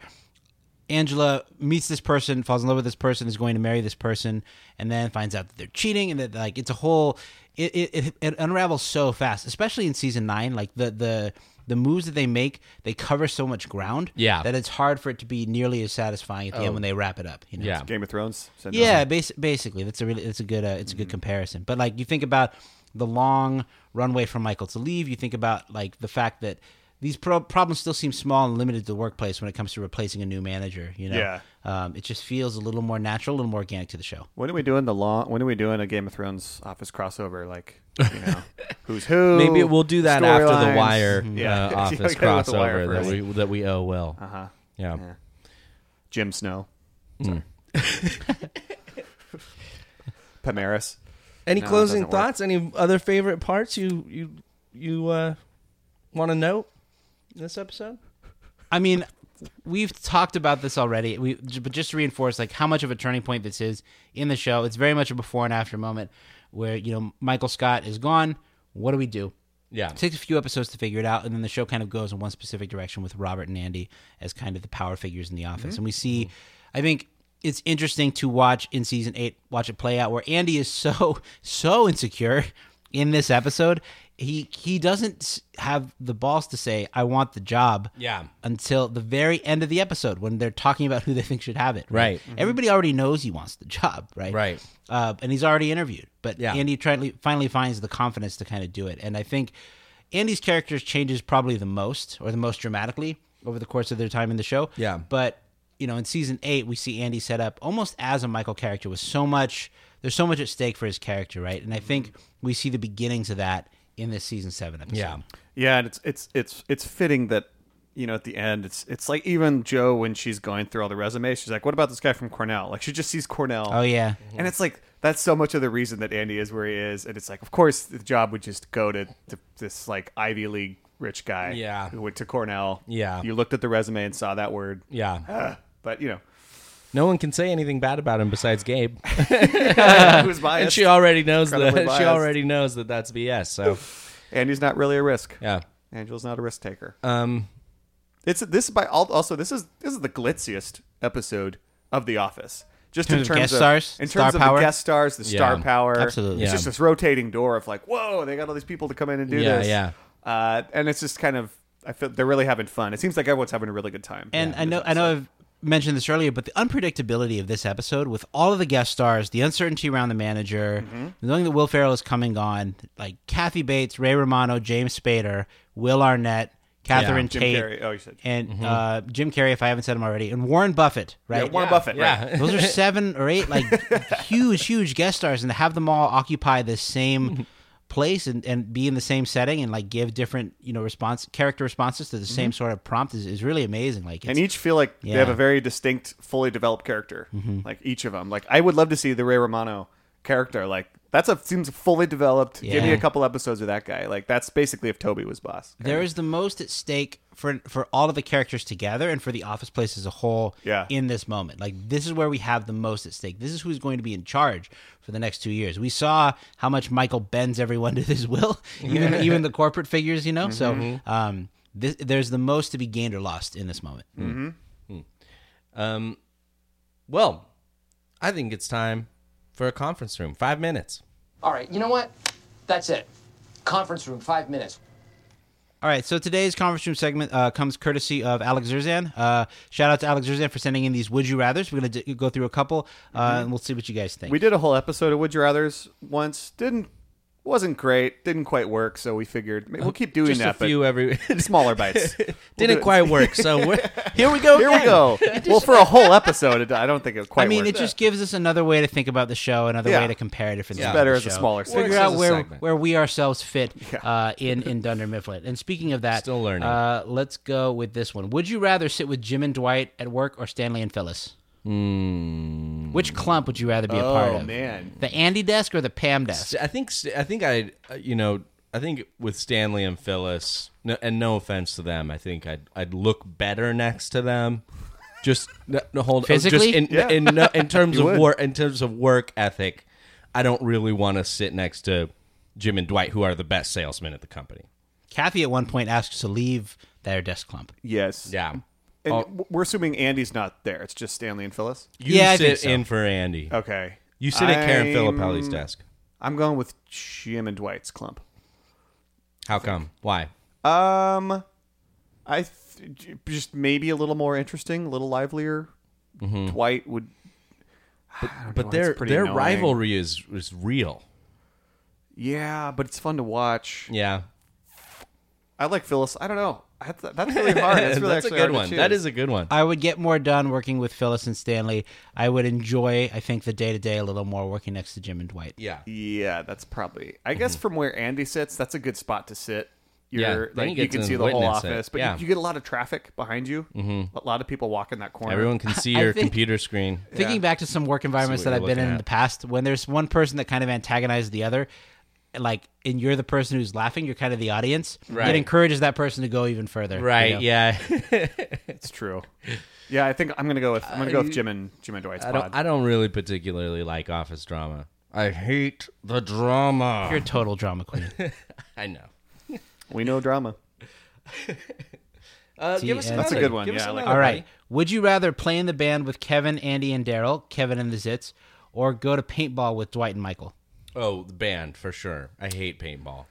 [SPEAKER 2] Angela meets this person, falls in love with this person, is going to marry this person, and then finds out that they're cheating, and that like it's a whole it it, it, it unravels so fast, especially in season nine. Like the the the moves that they make, they cover so much ground,
[SPEAKER 3] Yeah. Oh.
[SPEAKER 2] that it's hard for it to be nearly as satisfying at the end when they wrap it up. You know,
[SPEAKER 3] Yeah.
[SPEAKER 1] Game of Thrones. syndrome.
[SPEAKER 2] yeah, bas- basically, that's a really that's a good uh, it's a good comparison. But like you think about the long runway for Michael to leave, you think about like the fact that these pro- problems still seem small and limited to the workplace when it comes to replacing a new manager. You know,
[SPEAKER 1] Yeah.
[SPEAKER 2] um, it just feels a little more natural, a little more organic to the show.
[SPEAKER 1] When are we doing the long? When are we doing a Game of Thrones office crossover? Like, you know, who's who?
[SPEAKER 3] Maybe we'll do that after the
[SPEAKER 1] storylines.
[SPEAKER 3] Wire
[SPEAKER 1] Yeah.
[SPEAKER 3] uh,
[SPEAKER 1] Yeah,
[SPEAKER 3] office
[SPEAKER 1] we gotta go with The Wire
[SPEAKER 3] crossover that
[SPEAKER 1] first.
[SPEAKER 3] we that we owe Will. Uh
[SPEAKER 1] Uh-huh.
[SPEAKER 3] Yeah.
[SPEAKER 1] Jim Snow.
[SPEAKER 3] Hmm.
[SPEAKER 1] Sorry. Pamaris.
[SPEAKER 3] Any
[SPEAKER 1] No, it
[SPEAKER 3] closing
[SPEAKER 1] doesn't work.
[SPEAKER 3] thoughts? Any other favorite parts you you you uh, want to note in this episode?
[SPEAKER 2] I mean, we've talked about this already. We but just to reinforce like how much of a turning point this is in the show. It's very much a before and after moment where you know Michael Scott is gone. What do we do?
[SPEAKER 3] Yeah.
[SPEAKER 2] It takes a few episodes to figure it out, and then the show kind of goes in one specific direction with Robert and Andy as kind of the power figures in the office.
[SPEAKER 3] Mm-hmm.
[SPEAKER 2] And we see, I think it's interesting to watch in season eight, watch it play out where Andy is so so insecure in this episode. He he doesn't s- have the balls to say I want the job.
[SPEAKER 3] Yeah.
[SPEAKER 2] Until the very end of the episode when they're talking about who they think should have it.
[SPEAKER 3] Right. Mhm.
[SPEAKER 2] Everybody already knows he wants the job. Right.
[SPEAKER 3] Right.
[SPEAKER 2] Uh, and he's already interviewed, but
[SPEAKER 3] Yeah.
[SPEAKER 2] Andy try, finally finds the confidence to kind of do it. And I think Andy's character changes probably the most or the most dramatically over the course of their time in the show.
[SPEAKER 3] Yeah.
[SPEAKER 2] But, you know, in season eight, we see Andy set up almost as a Michael character with so much, there's so much at stake for his character, right? And I think we see the beginnings of that in this season seven episode.
[SPEAKER 3] Yeah.
[SPEAKER 1] Yeah, and it's it's it's it's fitting that you know, at the end, it's it's like even Joe when she's going through all the resumes, she's like, "What about this guy from Cornell?" Like she just sees Cornell.
[SPEAKER 2] Oh, yeah.
[SPEAKER 1] and it's like that's so much of the reason that Andy is where he is, and it's like, of course, the job would just go to, to this like Ivy League rich guy,
[SPEAKER 3] Yeah.
[SPEAKER 1] who went to Cornell.
[SPEAKER 3] Yeah.
[SPEAKER 1] you looked at the resume and saw that word. Uh,
[SPEAKER 3] Yeah.
[SPEAKER 1] But you know,
[SPEAKER 3] No one can say anything bad about him besides Gabe.
[SPEAKER 1] who's biased?
[SPEAKER 3] and she already knows that.
[SPEAKER 1] Incredibly
[SPEAKER 3] She
[SPEAKER 1] biased.
[SPEAKER 3] already knows that that's BS. So
[SPEAKER 1] Andy's not really a risk.
[SPEAKER 3] yeah.
[SPEAKER 1] Angela's not a risk taker.
[SPEAKER 3] Um.
[SPEAKER 1] It's this by al- also this is this is the glitziest episode of The Office. Just in
[SPEAKER 2] terms
[SPEAKER 1] terms,
[SPEAKER 2] of guest
[SPEAKER 1] of
[SPEAKER 2] stars?
[SPEAKER 1] in terms
[SPEAKER 2] Star
[SPEAKER 1] of
[SPEAKER 2] power?
[SPEAKER 1] the guest stars, the star
[SPEAKER 3] Yeah,
[SPEAKER 1] power,
[SPEAKER 2] absolutely.
[SPEAKER 1] It's
[SPEAKER 3] Yeah.
[SPEAKER 1] just this rotating door of like, whoa, they got all these people to come in and do
[SPEAKER 3] Yeah,
[SPEAKER 1] this,
[SPEAKER 3] yeah.
[SPEAKER 1] Uh, and it's just kind of, I feel they're really having fun. It seems like everyone's having a really good time.
[SPEAKER 2] And I know I know I've mentioned this earlier, but the unpredictability of this episode with all of the guest stars, the uncertainty around the manager,
[SPEAKER 1] Mm-hmm.
[SPEAKER 2] knowing that Will Ferrell is coming gone, like Kathy Bates, Ray Romano, James Spader, Will Arnett, Catherine
[SPEAKER 1] Jim
[SPEAKER 2] Tate,
[SPEAKER 1] Carrey. Oh, you said
[SPEAKER 2] and uh, Jim Carrey, if I haven't said him already, and Warren Buffett,
[SPEAKER 1] yeah,
[SPEAKER 2] right?
[SPEAKER 1] Warren Buffett. right.
[SPEAKER 3] Yeah.
[SPEAKER 2] Those are seven or eight like huge, huge guest stars, and to have them all occupy the same place and, and be in the same setting and like give different you know response character responses to the same sort of prompt is, is really amazing. Like
[SPEAKER 1] and
[SPEAKER 2] it's,
[SPEAKER 1] each feel like they have
[SPEAKER 2] Yeah.
[SPEAKER 1] a very distinct, fully developed character.
[SPEAKER 3] Mm-hmm.
[SPEAKER 1] Like each of them. Like I would love to see the Ray Romano character. Like that's a seems fully developed. Give me
[SPEAKER 2] Yeah.
[SPEAKER 1] a couple episodes of that guy. Like that's basically if Toby was boss.
[SPEAKER 2] there is the most at stake for for all of the characters together and for the office place as a whole
[SPEAKER 1] Yeah.
[SPEAKER 2] in this moment like this is where we have the most at stake this is who's going to be in charge for the next two years we saw how much michael bends everyone to his will even even the corporate figures you know
[SPEAKER 1] Mm-hmm.
[SPEAKER 2] so um this, there's the most to be gained or lost in this moment
[SPEAKER 1] Mm.
[SPEAKER 3] Um. Well, I think it's time for a conference room. Five minutes.
[SPEAKER 8] All right, you know what? That's it. Conference room, five minutes.
[SPEAKER 2] All right, so today's conference room segment uh, comes courtesy of Alex Zerzan. Uh, shout out to Alex Zerzan for sending in these would you rather's. We're going to d- go through a couple, uh, and we'll see what you guys think.
[SPEAKER 1] Mm-hmm. We did a whole episode of Would You Rather's once. Didn't wasn't great. Didn't quite work. So we figured maybe we'll keep doing
[SPEAKER 3] Just a
[SPEAKER 1] that.
[SPEAKER 3] few
[SPEAKER 1] but
[SPEAKER 3] every.
[SPEAKER 1] smaller bites. We'll do
[SPEAKER 3] Didn't
[SPEAKER 1] it.
[SPEAKER 3] quite work. So we're, here we go.
[SPEAKER 1] Here we
[SPEAKER 3] again.
[SPEAKER 1] go. Well, for a whole episode, it, I don't think it quite.
[SPEAKER 2] I mean,
[SPEAKER 1] worked.
[SPEAKER 2] it just gives us another way to think about the show, another
[SPEAKER 1] Yeah.
[SPEAKER 2] way to compare different. things.
[SPEAKER 1] better
[SPEAKER 2] about
[SPEAKER 1] as
[SPEAKER 2] the
[SPEAKER 1] a
[SPEAKER 2] show.
[SPEAKER 1] smaller segment.
[SPEAKER 2] Figure out
[SPEAKER 3] As a
[SPEAKER 2] where
[SPEAKER 3] segment.
[SPEAKER 2] where we ourselves fit uh, in in Dunder Mifflin. And speaking of that,
[SPEAKER 3] Still learning.
[SPEAKER 2] Uh, let's go with this one. Would you rather sit with Jim and Dwight at work or Stanley and Phyllis?
[SPEAKER 3] Hmm.
[SPEAKER 2] Which clump would you rather be a part
[SPEAKER 1] Oh
[SPEAKER 2] of?
[SPEAKER 1] man,
[SPEAKER 2] The Andy desk or the Pam desk?
[SPEAKER 3] I think I think I uh, you know I think with Stanley and Phyllis, no, and no offense to them, I think I'd I'd look better next to them. Just no, no, hold
[SPEAKER 2] Physically?
[SPEAKER 3] just in
[SPEAKER 1] Yeah.
[SPEAKER 3] in, no- in terms
[SPEAKER 1] You
[SPEAKER 3] of
[SPEAKER 1] would.
[SPEAKER 3] work in terms of work ethic, I don't really want to sit next to Jim and Dwight, who are the best salesmen at the company.
[SPEAKER 2] Kathy at one point asks to leave their desk clump.
[SPEAKER 1] yes,
[SPEAKER 2] Mm.
[SPEAKER 3] Yeah,
[SPEAKER 1] And w- we're assuming Andy's not there. It's just Stanley and Phyllis.
[SPEAKER 3] you
[SPEAKER 2] Yeah, I think
[SPEAKER 3] sit
[SPEAKER 2] so.
[SPEAKER 3] in for Andy.
[SPEAKER 1] Okay,
[SPEAKER 3] You sit at Karen
[SPEAKER 1] I'm-
[SPEAKER 3] Filippelli's desk.
[SPEAKER 1] I'm going with Jim and Dwight's clump.
[SPEAKER 3] How come? Why?
[SPEAKER 1] Um, I th- j- just maybe a little more interesting, a little livelier. Dwight would,
[SPEAKER 3] Mm-hmm. But
[SPEAKER 1] it's
[SPEAKER 3] their
[SPEAKER 1] pretty
[SPEAKER 3] their
[SPEAKER 1] annoying.
[SPEAKER 3] rivalry is is real.
[SPEAKER 1] yeah, but it's fun to watch.
[SPEAKER 3] Yeah,
[SPEAKER 1] I like Phyllis. I don't know. That's, that's really hard. That's really
[SPEAKER 3] that's a
[SPEAKER 1] actually
[SPEAKER 3] good
[SPEAKER 1] hard to
[SPEAKER 3] one.
[SPEAKER 1] choose.
[SPEAKER 3] That is a good one.
[SPEAKER 2] I would get more done working with Phyllis and Stanley. I would enjoy, I think, the day to day a little more working next to Jim and Dwight.
[SPEAKER 3] Yeah.
[SPEAKER 1] Yeah, that's probably. I guess from where Andy sits, that's a good spot to sit.
[SPEAKER 3] Mm-hmm. Yeah,
[SPEAKER 1] You're,
[SPEAKER 3] then
[SPEAKER 1] like,
[SPEAKER 3] you
[SPEAKER 1] you
[SPEAKER 3] get
[SPEAKER 1] can
[SPEAKER 3] to
[SPEAKER 1] see the whole
[SPEAKER 3] witness it.
[SPEAKER 1] office, but
[SPEAKER 3] Yeah.
[SPEAKER 1] you, you get a lot of traffic behind you. Mm-hmm. A lot of people walking that corner.
[SPEAKER 3] Everyone can see
[SPEAKER 2] I
[SPEAKER 3] your
[SPEAKER 2] think-
[SPEAKER 3] computer screen.
[SPEAKER 2] Thinking back to some work environments
[SPEAKER 3] what
[SPEAKER 2] that I've
[SPEAKER 3] you're
[SPEAKER 2] been in
[SPEAKER 3] looking
[SPEAKER 2] in
[SPEAKER 3] at.
[SPEAKER 2] the past, when there's one person that kind of antagonizes the other, like, and you're the person who's laughing, you're kind of the audience,
[SPEAKER 3] Right.
[SPEAKER 2] it encourages that person to go even further. you know?
[SPEAKER 3] yeah.
[SPEAKER 1] It's true. Yeah, I think I'm gonna go with I'm gonna go with Jim and Jim and Dwight's
[SPEAKER 3] I
[SPEAKER 1] pod.
[SPEAKER 3] don't I don't really particularly like office drama. I hate the drama.
[SPEAKER 2] You're a total drama queen.
[SPEAKER 3] I know.
[SPEAKER 1] we know drama.
[SPEAKER 3] Uh, give us
[SPEAKER 2] That's
[SPEAKER 3] another.
[SPEAKER 1] a good one.
[SPEAKER 3] Give us
[SPEAKER 1] Yeah, I like
[SPEAKER 3] another
[SPEAKER 1] that.
[SPEAKER 2] All right. Would you rather play in the band with Kevin, Andy, and Daryl, Kevin and the Zits, or go to paintball with Dwight and Michael?
[SPEAKER 3] Oh, the band for sure. I hate paintball.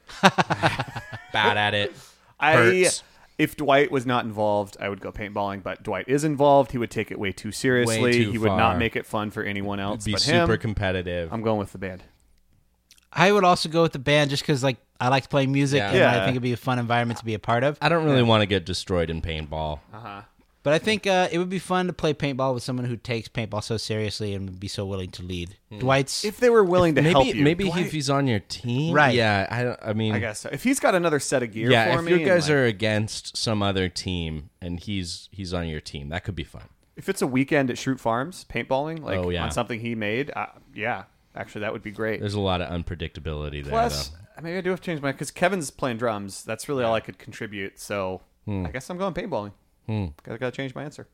[SPEAKER 3] Bad at it.
[SPEAKER 1] I
[SPEAKER 3] Hurts.
[SPEAKER 1] if Dwight was not involved, I would go paintballing. But Dwight is involved. He would take it way too seriously.
[SPEAKER 3] too
[SPEAKER 1] he would
[SPEAKER 3] far.
[SPEAKER 1] not make it fun for anyone else
[SPEAKER 3] Be
[SPEAKER 1] but
[SPEAKER 3] super
[SPEAKER 1] him.
[SPEAKER 3] competitive.
[SPEAKER 1] I'm going with the band.
[SPEAKER 2] I would also go with the band just because, like, I like to play music
[SPEAKER 3] Yeah.
[SPEAKER 2] and I
[SPEAKER 1] Yeah.
[SPEAKER 2] think it'd be a fun environment to be a part of.
[SPEAKER 3] I don't really want to get destroyed in paintball.
[SPEAKER 2] But I think uh, it would be fun to play paintball with someone who takes paintball so seriously and would be so willing to lead.
[SPEAKER 3] Hmm.
[SPEAKER 2] Dwight's
[SPEAKER 1] If they were willing to
[SPEAKER 3] maybe
[SPEAKER 1] help you,
[SPEAKER 3] maybe
[SPEAKER 1] Dwight-
[SPEAKER 3] if he's on your team,
[SPEAKER 2] Right.
[SPEAKER 3] Yeah, I don't- I mean,
[SPEAKER 1] I guess so. if he's got another set of gear
[SPEAKER 3] yeah.
[SPEAKER 1] for
[SPEAKER 3] If
[SPEAKER 1] me,
[SPEAKER 3] you
[SPEAKER 1] and,
[SPEAKER 3] guys
[SPEAKER 1] like,
[SPEAKER 3] are against some other team and he's he's on your team, that could be fun.
[SPEAKER 1] if it's a weekend at Shroot Farms paintballing, like
[SPEAKER 3] Oh, yeah.
[SPEAKER 1] on something he made, uh, yeah, actually that would be great.
[SPEAKER 3] There's a lot of unpredictability there.
[SPEAKER 1] Plus,
[SPEAKER 3] though.
[SPEAKER 1] maybe I do have to change my because Kevin's playing drums. That's really all I could contribute. So
[SPEAKER 3] Hmm.
[SPEAKER 1] I guess I'm going paintballing. Gotta, gotta change my answer.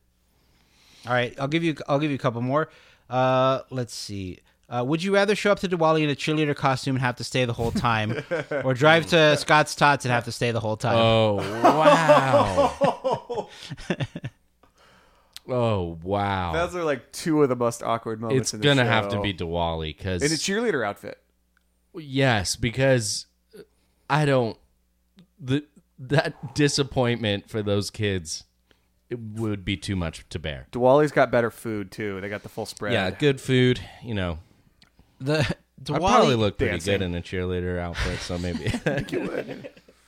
[SPEAKER 2] All right, I'll give you I'll give you a couple more. Uh, let's see. Uh, would you rather show up to Diwali in a cheerleader costume and have to stay the whole time, or drive to Scott's Tots and have to stay the whole time?
[SPEAKER 3] Oh wow! oh wow!
[SPEAKER 1] Those are like two of the most awkward moments.
[SPEAKER 3] it's
[SPEAKER 1] in the
[SPEAKER 3] gonna have to
[SPEAKER 1] show.
[SPEAKER 3] be Diwali because
[SPEAKER 1] in a cheerleader outfit.
[SPEAKER 3] yes, because I don't the that disappointment for those kids it would be too much to bear.
[SPEAKER 1] Diwali's got better food too. They got the full spread.
[SPEAKER 3] Yeah, good food. You know,
[SPEAKER 2] The
[SPEAKER 3] I probably
[SPEAKER 2] Diwali,
[SPEAKER 3] look pretty
[SPEAKER 1] dancing.
[SPEAKER 3] good in a cheerleader outfit, so maybe.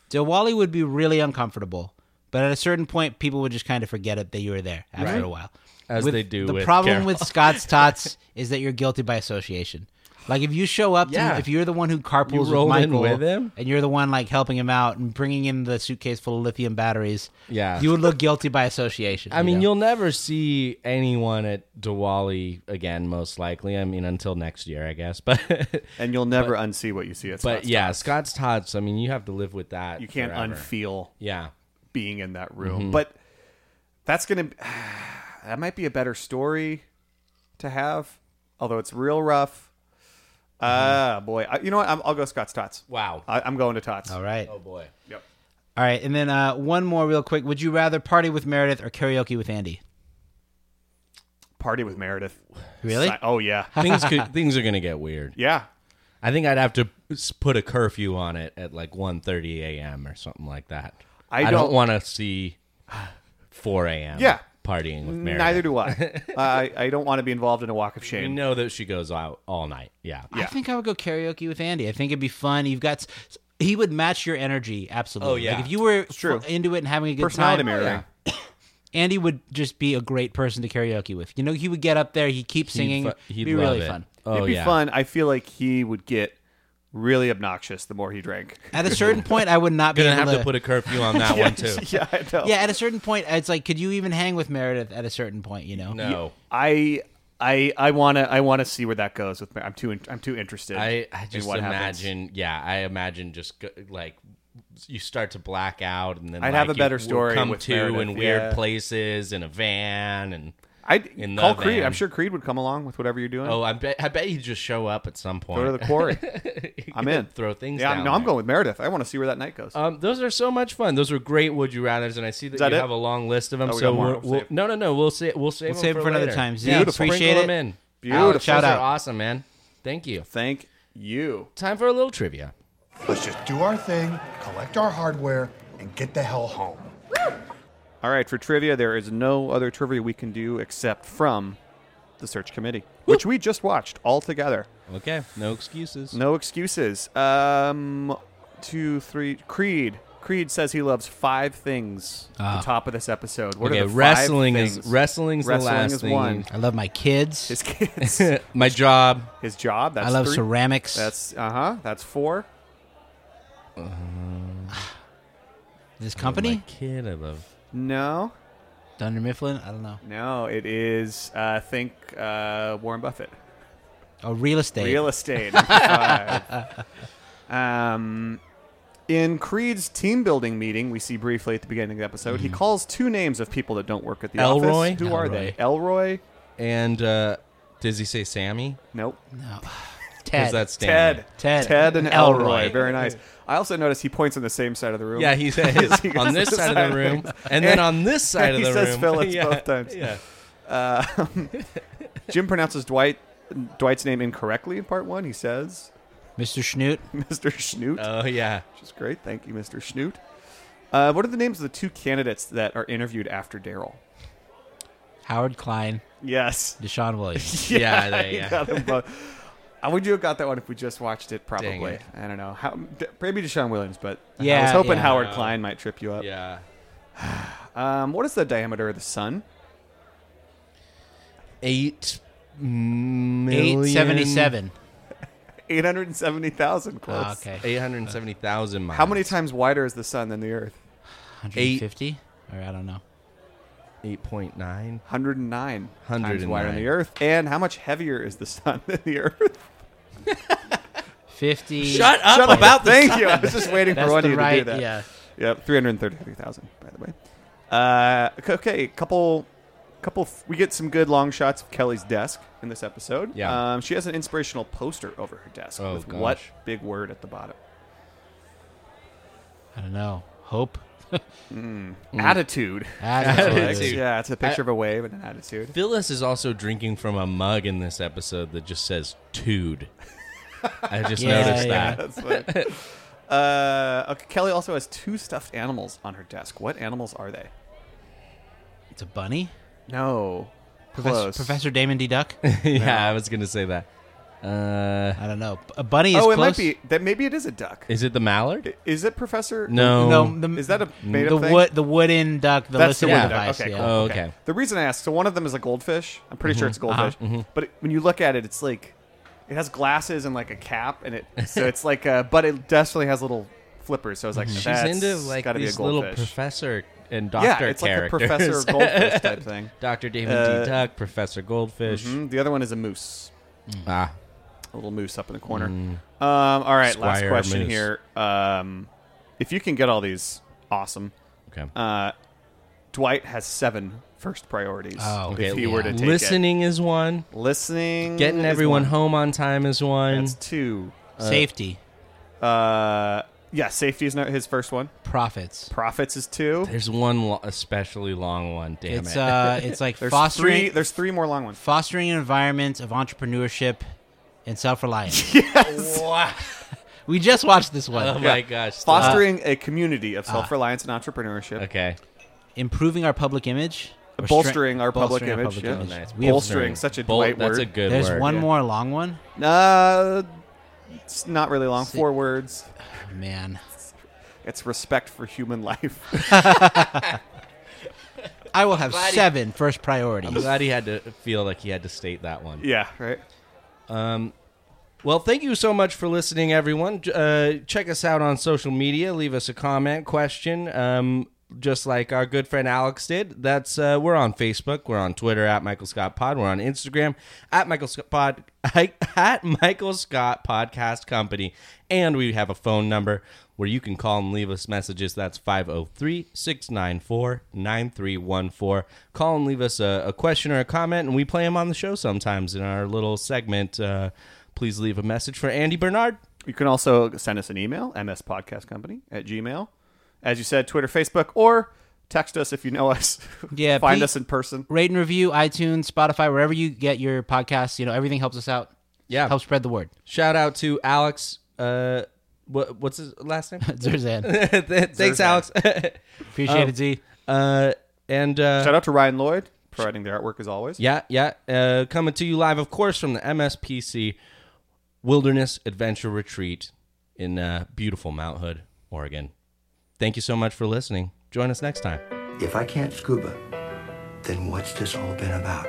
[SPEAKER 2] Diwali would be really uncomfortable, but at a certain point, people would just kind of forget it that you were there after a while.
[SPEAKER 3] As they do
[SPEAKER 2] The
[SPEAKER 3] with
[SPEAKER 2] problem
[SPEAKER 3] Carol.
[SPEAKER 2] with Scott's Tots is that you're guilty by association. Like if you show up,
[SPEAKER 3] Yeah.
[SPEAKER 2] to, if you're the one who carpools
[SPEAKER 3] rolled
[SPEAKER 2] with
[SPEAKER 3] in
[SPEAKER 2] Michael,
[SPEAKER 3] with him?
[SPEAKER 2] and you're the one like helping him out and bringing in the suitcase full of lithium batteries,
[SPEAKER 3] Yeah.
[SPEAKER 2] you would look guilty by association.
[SPEAKER 3] I mean,
[SPEAKER 2] know?
[SPEAKER 3] you'll never see anyone at Diwali again, most likely. I mean, until next year, I guess. But
[SPEAKER 1] and you'll never unsee what you see. At
[SPEAKER 3] but
[SPEAKER 1] Scott's
[SPEAKER 3] yeah,
[SPEAKER 1] Tots.
[SPEAKER 3] Scott's Tots. I mean, you have to live with that.
[SPEAKER 1] you can't
[SPEAKER 3] forever. Mm-hmm.
[SPEAKER 1] unfeel
[SPEAKER 3] Yeah.
[SPEAKER 1] being in that room. But that's gonna that might be a better story to have, although it's real rough. Ah, boy, I, you know what? I'm, I'll go Scott's Tots.
[SPEAKER 3] Mm-hmm. Wow.
[SPEAKER 1] I, I'm going to Tots.
[SPEAKER 2] all right,
[SPEAKER 3] Oh boy.
[SPEAKER 2] all right, and then uh, one more real quick. Would you rather party with Meredith or karaoke with Andy?
[SPEAKER 1] Party with Meredith.
[SPEAKER 2] Really?
[SPEAKER 1] Si- oh yeah,
[SPEAKER 3] things could things are gonna get weird.
[SPEAKER 1] yeah.
[SPEAKER 3] I think I'd have to s- put a curfew on it at like 1.30 a.m. or something like that.
[SPEAKER 1] I
[SPEAKER 3] don't,
[SPEAKER 1] don't-
[SPEAKER 3] want to see 4 a.m.
[SPEAKER 1] Yeah.
[SPEAKER 3] partying with Mary.
[SPEAKER 1] Neither do I. I. I don't want to be involved in a walk of
[SPEAKER 3] I
[SPEAKER 1] shame.
[SPEAKER 3] know that she goes out all night. Yeah.
[SPEAKER 2] I think I would go karaoke with Andy. I think it'd be fun. You've got s- he would match your energy absolutely.
[SPEAKER 3] Oh, yeah.
[SPEAKER 2] Like if you were
[SPEAKER 1] true.
[SPEAKER 2] fu- into it and having a good
[SPEAKER 1] Personality
[SPEAKER 2] time,
[SPEAKER 1] mirroring.
[SPEAKER 2] Andy would just be a great person to karaoke with. You know, he would get up there, he'd keep singing,
[SPEAKER 3] He'd fu- he'd
[SPEAKER 2] be
[SPEAKER 3] love
[SPEAKER 2] really
[SPEAKER 3] it.
[SPEAKER 2] fun.
[SPEAKER 3] Oh,
[SPEAKER 1] It'd be
[SPEAKER 3] yeah.
[SPEAKER 1] fun. I feel like he would get really obnoxious the more he drank.
[SPEAKER 2] At a certain point, I would not be
[SPEAKER 3] Gonna
[SPEAKER 2] able
[SPEAKER 3] have to put a curfew on that one too.
[SPEAKER 1] yeah, I know.
[SPEAKER 2] yeah, at a certain point, it's like, could you even hang with Meredith? At a certain point, you know,
[SPEAKER 3] No.
[SPEAKER 1] I I I want to I want to see where that goes with Mar- I'm too in- I'm too interested.
[SPEAKER 3] I, I
[SPEAKER 1] in
[SPEAKER 3] just
[SPEAKER 1] what happens.
[SPEAKER 3] imagine, yeah, I imagine just go, like you start to black out, and then
[SPEAKER 1] I'd have
[SPEAKER 3] like,
[SPEAKER 1] a better
[SPEAKER 3] you will
[SPEAKER 1] story
[SPEAKER 3] Come
[SPEAKER 1] with
[SPEAKER 3] to
[SPEAKER 1] Meredith,
[SPEAKER 3] in weird
[SPEAKER 1] yeah.
[SPEAKER 3] places in a van, and
[SPEAKER 1] I'd
[SPEAKER 3] in the
[SPEAKER 1] call Creed.
[SPEAKER 3] van.
[SPEAKER 1] I'm sure Creed would come along with whatever you're doing.
[SPEAKER 3] oh, I bet I bet you just show up at some point.
[SPEAKER 1] Go to the quarry. I'm in.
[SPEAKER 3] Throw things.
[SPEAKER 1] Yeah,
[SPEAKER 3] down
[SPEAKER 1] no, I'm
[SPEAKER 3] there.
[SPEAKER 1] going with Meredith. I want to see where that night goes.
[SPEAKER 3] Um, those are so much fun. Those were great would you rather's, and I see that,
[SPEAKER 1] that
[SPEAKER 3] you
[SPEAKER 1] it?
[SPEAKER 3] have a long list of them.
[SPEAKER 1] Oh, we
[SPEAKER 3] so
[SPEAKER 1] got more.
[SPEAKER 3] we'll,
[SPEAKER 1] We'll
[SPEAKER 3] we'll-
[SPEAKER 1] save.
[SPEAKER 3] no, no, no. We'll save. We'll save.
[SPEAKER 2] We'll
[SPEAKER 3] them
[SPEAKER 2] save
[SPEAKER 3] for,
[SPEAKER 2] it for another
[SPEAKER 3] later.
[SPEAKER 2] time. Z,
[SPEAKER 3] Yeah,
[SPEAKER 2] Beautiful.
[SPEAKER 3] sprinkle
[SPEAKER 2] appreciate
[SPEAKER 3] them
[SPEAKER 2] it.
[SPEAKER 3] in.
[SPEAKER 1] Beautiful.
[SPEAKER 3] Shout
[SPEAKER 2] Shout
[SPEAKER 3] out.
[SPEAKER 2] out.
[SPEAKER 3] Awesome, man. Thank you.
[SPEAKER 1] Thank you.
[SPEAKER 3] Time for a little trivia.
[SPEAKER 7] Let's just do our thing, collect our hardware, and get the hell home.
[SPEAKER 1] All right, for trivia, there is no other trivia we can do except from the search committee, which we just watched all together.
[SPEAKER 3] Okay, no excuses.
[SPEAKER 1] No excuses. Um, two, three. Creed. Creed says he loves five things. at the top of this episode. What
[SPEAKER 3] Ah. Okay,
[SPEAKER 1] are the five
[SPEAKER 3] wrestling
[SPEAKER 1] things?
[SPEAKER 3] is wrestling's the
[SPEAKER 1] Wrestling
[SPEAKER 3] last
[SPEAKER 1] is
[SPEAKER 3] thing.
[SPEAKER 1] one.
[SPEAKER 2] I love my kids.
[SPEAKER 1] His kids.
[SPEAKER 3] My job.
[SPEAKER 1] His job. That's
[SPEAKER 2] I love
[SPEAKER 1] three.
[SPEAKER 2] ceramics.
[SPEAKER 1] That's uh huh. That's four.
[SPEAKER 2] this
[SPEAKER 3] My
[SPEAKER 2] company,
[SPEAKER 3] kid. I love.
[SPEAKER 1] No,
[SPEAKER 2] Dunder Mifflin. I don't know.
[SPEAKER 1] no. It is. Uh, think uh, Warren Buffett.
[SPEAKER 2] Oh, real estate.
[SPEAKER 1] Real estate. number five. um, in Creed's team building meeting, we see briefly at the beginning of the episode, he calls two names of people that don't work at the
[SPEAKER 3] Elroy?
[SPEAKER 1] office. Who are
[SPEAKER 3] Elroy.
[SPEAKER 1] they? Elroy.
[SPEAKER 3] And uh, does he say Sammy?
[SPEAKER 1] Nope.
[SPEAKER 2] Ted.
[SPEAKER 3] that's
[SPEAKER 1] Ted.
[SPEAKER 2] Ted.
[SPEAKER 1] Ted and
[SPEAKER 2] Elroy.
[SPEAKER 1] Elroy. Very nice. I also noticed he points on the same side of the room.
[SPEAKER 3] Yeah, he says
[SPEAKER 1] goes
[SPEAKER 3] on this side of the room, and then on this side of
[SPEAKER 1] he
[SPEAKER 3] the room.
[SPEAKER 1] says Phillips
[SPEAKER 3] Yeah,
[SPEAKER 1] both times.
[SPEAKER 3] Yeah.
[SPEAKER 1] Jim pronounces Dwight Dwight's name incorrectly in part one. He says
[SPEAKER 2] Mr. Schnoot.
[SPEAKER 1] Mr. Schnoot,
[SPEAKER 3] Oh yeah.
[SPEAKER 1] which is great. Thank you, Mr. Schnoot. Uh, what are the names of the two candidates that are interviewed after Daryl?
[SPEAKER 2] Howard Klein.
[SPEAKER 1] Yes.
[SPEAKER 2] Deshaun Williams.
[SPEAKER 3] Yeah. they- yeah.
[SPEAKER 1] Got them both. I would you have got that one if we just watched it?
[SPEAKER 3] Dang
[SPEAKER 1] Probably.
[SPEAKER 3] it.
[SPEAKER 1] I don't know. How, d- maybe Deshaun Williams, but I
[SPEAKER 2] Yeah,
[SPEAKER 1] was hoping
[SPEAKER 2] yeah.
[SPEAKER 1] Howard Klein might trip you up.
[SPEAKER 3] Yeah.
[SPEAKER 1] Um, what is the diameter of the sun?
[SPEAKER 3] Eight million.
[SPEAKER 2] 877.
[SPEAKER 1] 870,000 close.
[SPEAKER 2] Ah, okay.
[SPEAKER 3] 870,000 miles.
[SPEAKER 1] How many times wider is the sun than the earth?
[SPEAKER 2] 150? Or I don't know.
[SPEAKER 3] 8.9.
[SPEAKER 1] 109 times
[SPEAKER 3] 109.
[SPEAKER 1] wider than the earth. And how much heavier is the sun than the earth?
[SPEAKER 2] 50.
[SPEAKER 3] Shut up about this.
[SPEAKER 1] Thank you. I was just waiting for
[SPEAKER 2] That's
[SPEAKER 1] one of
[SPEAKER 2] the
[SPEAKER 1] you to do
[SPEAKER 2] right.
[SPEAKER 1] that.
[SPEAKER 2] Yeah.
[SPEAKER 1] Yep, 333,000 by the way. Uh, c- okay, couple couple we get some good long shots of Kelly's desk in this episode.
[SPEAKER 3] Yeah.
[SPEAKER 1] Um, she has an inspirational poster over her desk
[SPEAKER 3] Oh,
[SPEAKER 1] with
[SPEAKER 3] gosh.
[SPEAKER 1] what big word at the bottom?
[SPEAKER 2] I don't know. Hope.
[SPEAKER 1] Attitude.
[SPEAKER 2] Attitude.
[SPEAKER 1] Yeah, it's a picture of a wave and an attitude.
[SPEAKER 3] Phyllis is also drinking from a mug in this episode that just says "tude." I just
[SPEAKER 2] Yeah,
[SPEAKER 3] noticed
[SPEAKER 2] yeah.
[SPEAKER 3] that.
[SPEAKER 1] That's funny. uh, okay, Kelly also has two stuffed animals on her desk. What animals are they?
[SPEAKER 2] It's a bunny?
[SPEAKER 1] No.
[SPEAKER 2] Professor,
[SPEAKER 1] Close.
[SPEAKER 2] Professor Damon D. Duck?
[SPEAKER 3] yeah, I was gonna say that. Uh,
[SPEAKER 2] I don't know. A bunny E is
[SPEAKER 1] oh, it might
[SPEAKER 2] close.
[SPEAKER 1] be that. Maybe it is a duck.
[SPEAKER 3] is it the mallard?
[SPEAKER 1] I- Is it Professor?
[SPEAKER 3] No.
[SPEAKER 2] No, the,
[SPEAKER 1] Oh. Is that a made
[SPEAKER 2] the
[SPEAKER 1] up thing?
[SPEAKER 2] wood, the wooden duck, the
[SPEAKER 1] That's the
[SPEAKER 2] listening
[SPEAKER 1] wooden duck.
[SPEAKER 2] device.
[SPEAKER 1] Okay,
[SPEAKER 2] yeah.
[SPEAKER 1] cool.
[SPEAKER 3] Oh, okay. Mm-hmm. Uh-huh,
[SPEAKER 1] The reason I asked, so one of them is a goldfish. I'm pretty sure it's a goldfish. But it, when you look at it, it's like it has glasses and like a cap, and it so it's like. Uh, but it definitely has little flippers. So I was like,
[SPEAKER 3] Mm-hmm. She's
[SPEAKER 1] that's
[SPEAKER 3] into like
[SPEAKER 1] gotta
[SPEAKER 3] these
[SPEAKER 1] be a
[SPEAKER 3] little
[SPEAKER 1] goldfish.
[SPEAKER 3] professor and
[SPEAKER 1] yeah,
[SPEAKER 3] doctor
[SPEAKER 1] it's
[SPEAKER 3] characters.
[SPEAKER 1] like a professor goldfish type thing.
[SPEAKER 3] Doctor David
[SPEAKER 1] Uh,
[SPEAKER 3] D. Duck, Professor Goldfish.
[SPEAKER 1] Mm, the other one is a moose.
[SPEAKER 3] Ah,
[SPEAKER 1] a little moose up in the corner. Um, all right, last
[SPEAKER 3] Mm. Squire
[SPEAKER 1] question
[SPEAKER 3] moose.
[SPEAKER 1] here. Um, if you can get all these, awesome.
[SPEAKER 3] okay.
[SPEAKER 1] Uh, Dwight has seven first priorities.
[SPEAKER 2] Oh,
[SPEAKER 3] okay.
[SPEAKER 1] if he were to
[SPEAKER 2] yeah.
[SPEAKER 1] take
[SPEAKER 3] Listening is one.
[SPEAKER 1] it. listening,
[SPEAKER 3] Getting
[SPEAKER 1] is
[SPEAKER 3] everyone
[SPEAKER 1] one.
[SPEAKER 3] home on time is one.
[SPEAKER 1] That's two.
[SPEAKER 2] Safety,
[SPEAKER 1] Uh, yeah, safety is not his first one.
[SPEAKER 2] profits.
[SPEAKER 1] Profits is two.
[SPEAKER 3] There's one lo- especially long one. Damn
[SPEAKER 2] It's
[SPEAKER 3] it.
[SPEAKER 2] uh, it's like
[SPEAKER 1] There's
[SPEAKER 2] fostering
[SPEAKER 1] three. There's three more long ones.
[SPEAKER 2] fostering an environment of entrepreneurship and self-reliance.
[SPEAKER 3] Wow.
[SPEAKER 2] we just watched this one.
[SPEAKER 3] Oh my gosh. stop.
[SPEAKER 1] Fostering a community of self-reliance and entrepreneurship.
[SPEAKER 3] Okay.
[SPEAKER 2] Improving our public image. or
[SPEAKER 1] Bolstering
[SPEAKER 2] stre-
[SPEAKER 1] our public
[SPEAKER 2] bolstering our
[SPEAKER 1] image,
[SPEAKER 2] public
[SPEAKER 1] yeah.
[SPEAKER 2] image.
[SPEAKER 1] Nice.
[SPEAKER 2] We have-
[SPEAKER 1] Bolstering, such a Dwight
[SPEAKER 3] That's
[SPEAKER 1] word.
[SPEAKER 3] a good
[SPEAKER 2] There's
[SPEAKER 3] word.
[SPEAKER 2] one
[SPEAKER 1] yeah.
[SPEAKER 2] more long one.
[SPEAKER 1] Uh, it's not really long. Four words.
[SPEAKER 2] Oh, man,
[SPEAKER 1] It's respect for human life.
[SPEAKER 2] I will have seven first priorities.
[SPEAKER 3] I'm glad he had to feel like he had to state that one.
[SPEAKER 1] Yeah, right.
[SPEAKER 3] Well, thank you so much for listening, everyone. J- Uh, check us out on social media. Leave us a comment, question, um, just like our good friend Alex did. That's uh, we're on Facebook. We're on Twitter at Michael Scott Pod. We're on Instagram at Michael Scott Pod at Michael Scott Podcast Company, and we have a phone number where you can call and leave us messages. That's 503-694-9314. Call and leave us a, a question or a comment, and we play them on the show sometimes in our little segment. Uh, please leave a message for Andy Bernard.
[SPEAKER 1] You can also send us an email, mspodcastcompany at gmail. As you said, Twitter, Facebook, or text us if you know us.
[SPEAKER 2] Yeah,
[SPEAKER 1] Find
[SPEAKER 2] please-
[SPEAKER 1] us in person.
[SPEAKER 2] Rate and review iTunes, Spotify, wherever you get your podcasts. You know everything helps us out.
[SPEAKER 3] Yeah.
[SPEAKER 2] help spread the word.
[SPEAKER 3] Shout out to Alex. Uh, what, what's his last name?
[SPEAKER 2] Zerzan,
[SPEAKER 3] Thanks, Alex. Um,
[SPEAKER 2] appreciate it, Z.
[SPEAKER 3] uh, and uh,
[SPEAKER 1] Shout out to Ryan Lloyd, providing the artwork as always.
[SPEAKER 3] Yeah, yeah. Uh, coming to you live, of course, from the MSPC Wilderness Adventure Retreat in uh, beautiful Mount Hood, Oregon. Thank you so much for listening. Join us next time.
[SPEAKER 6] If I can't scuba, then what's this all been about?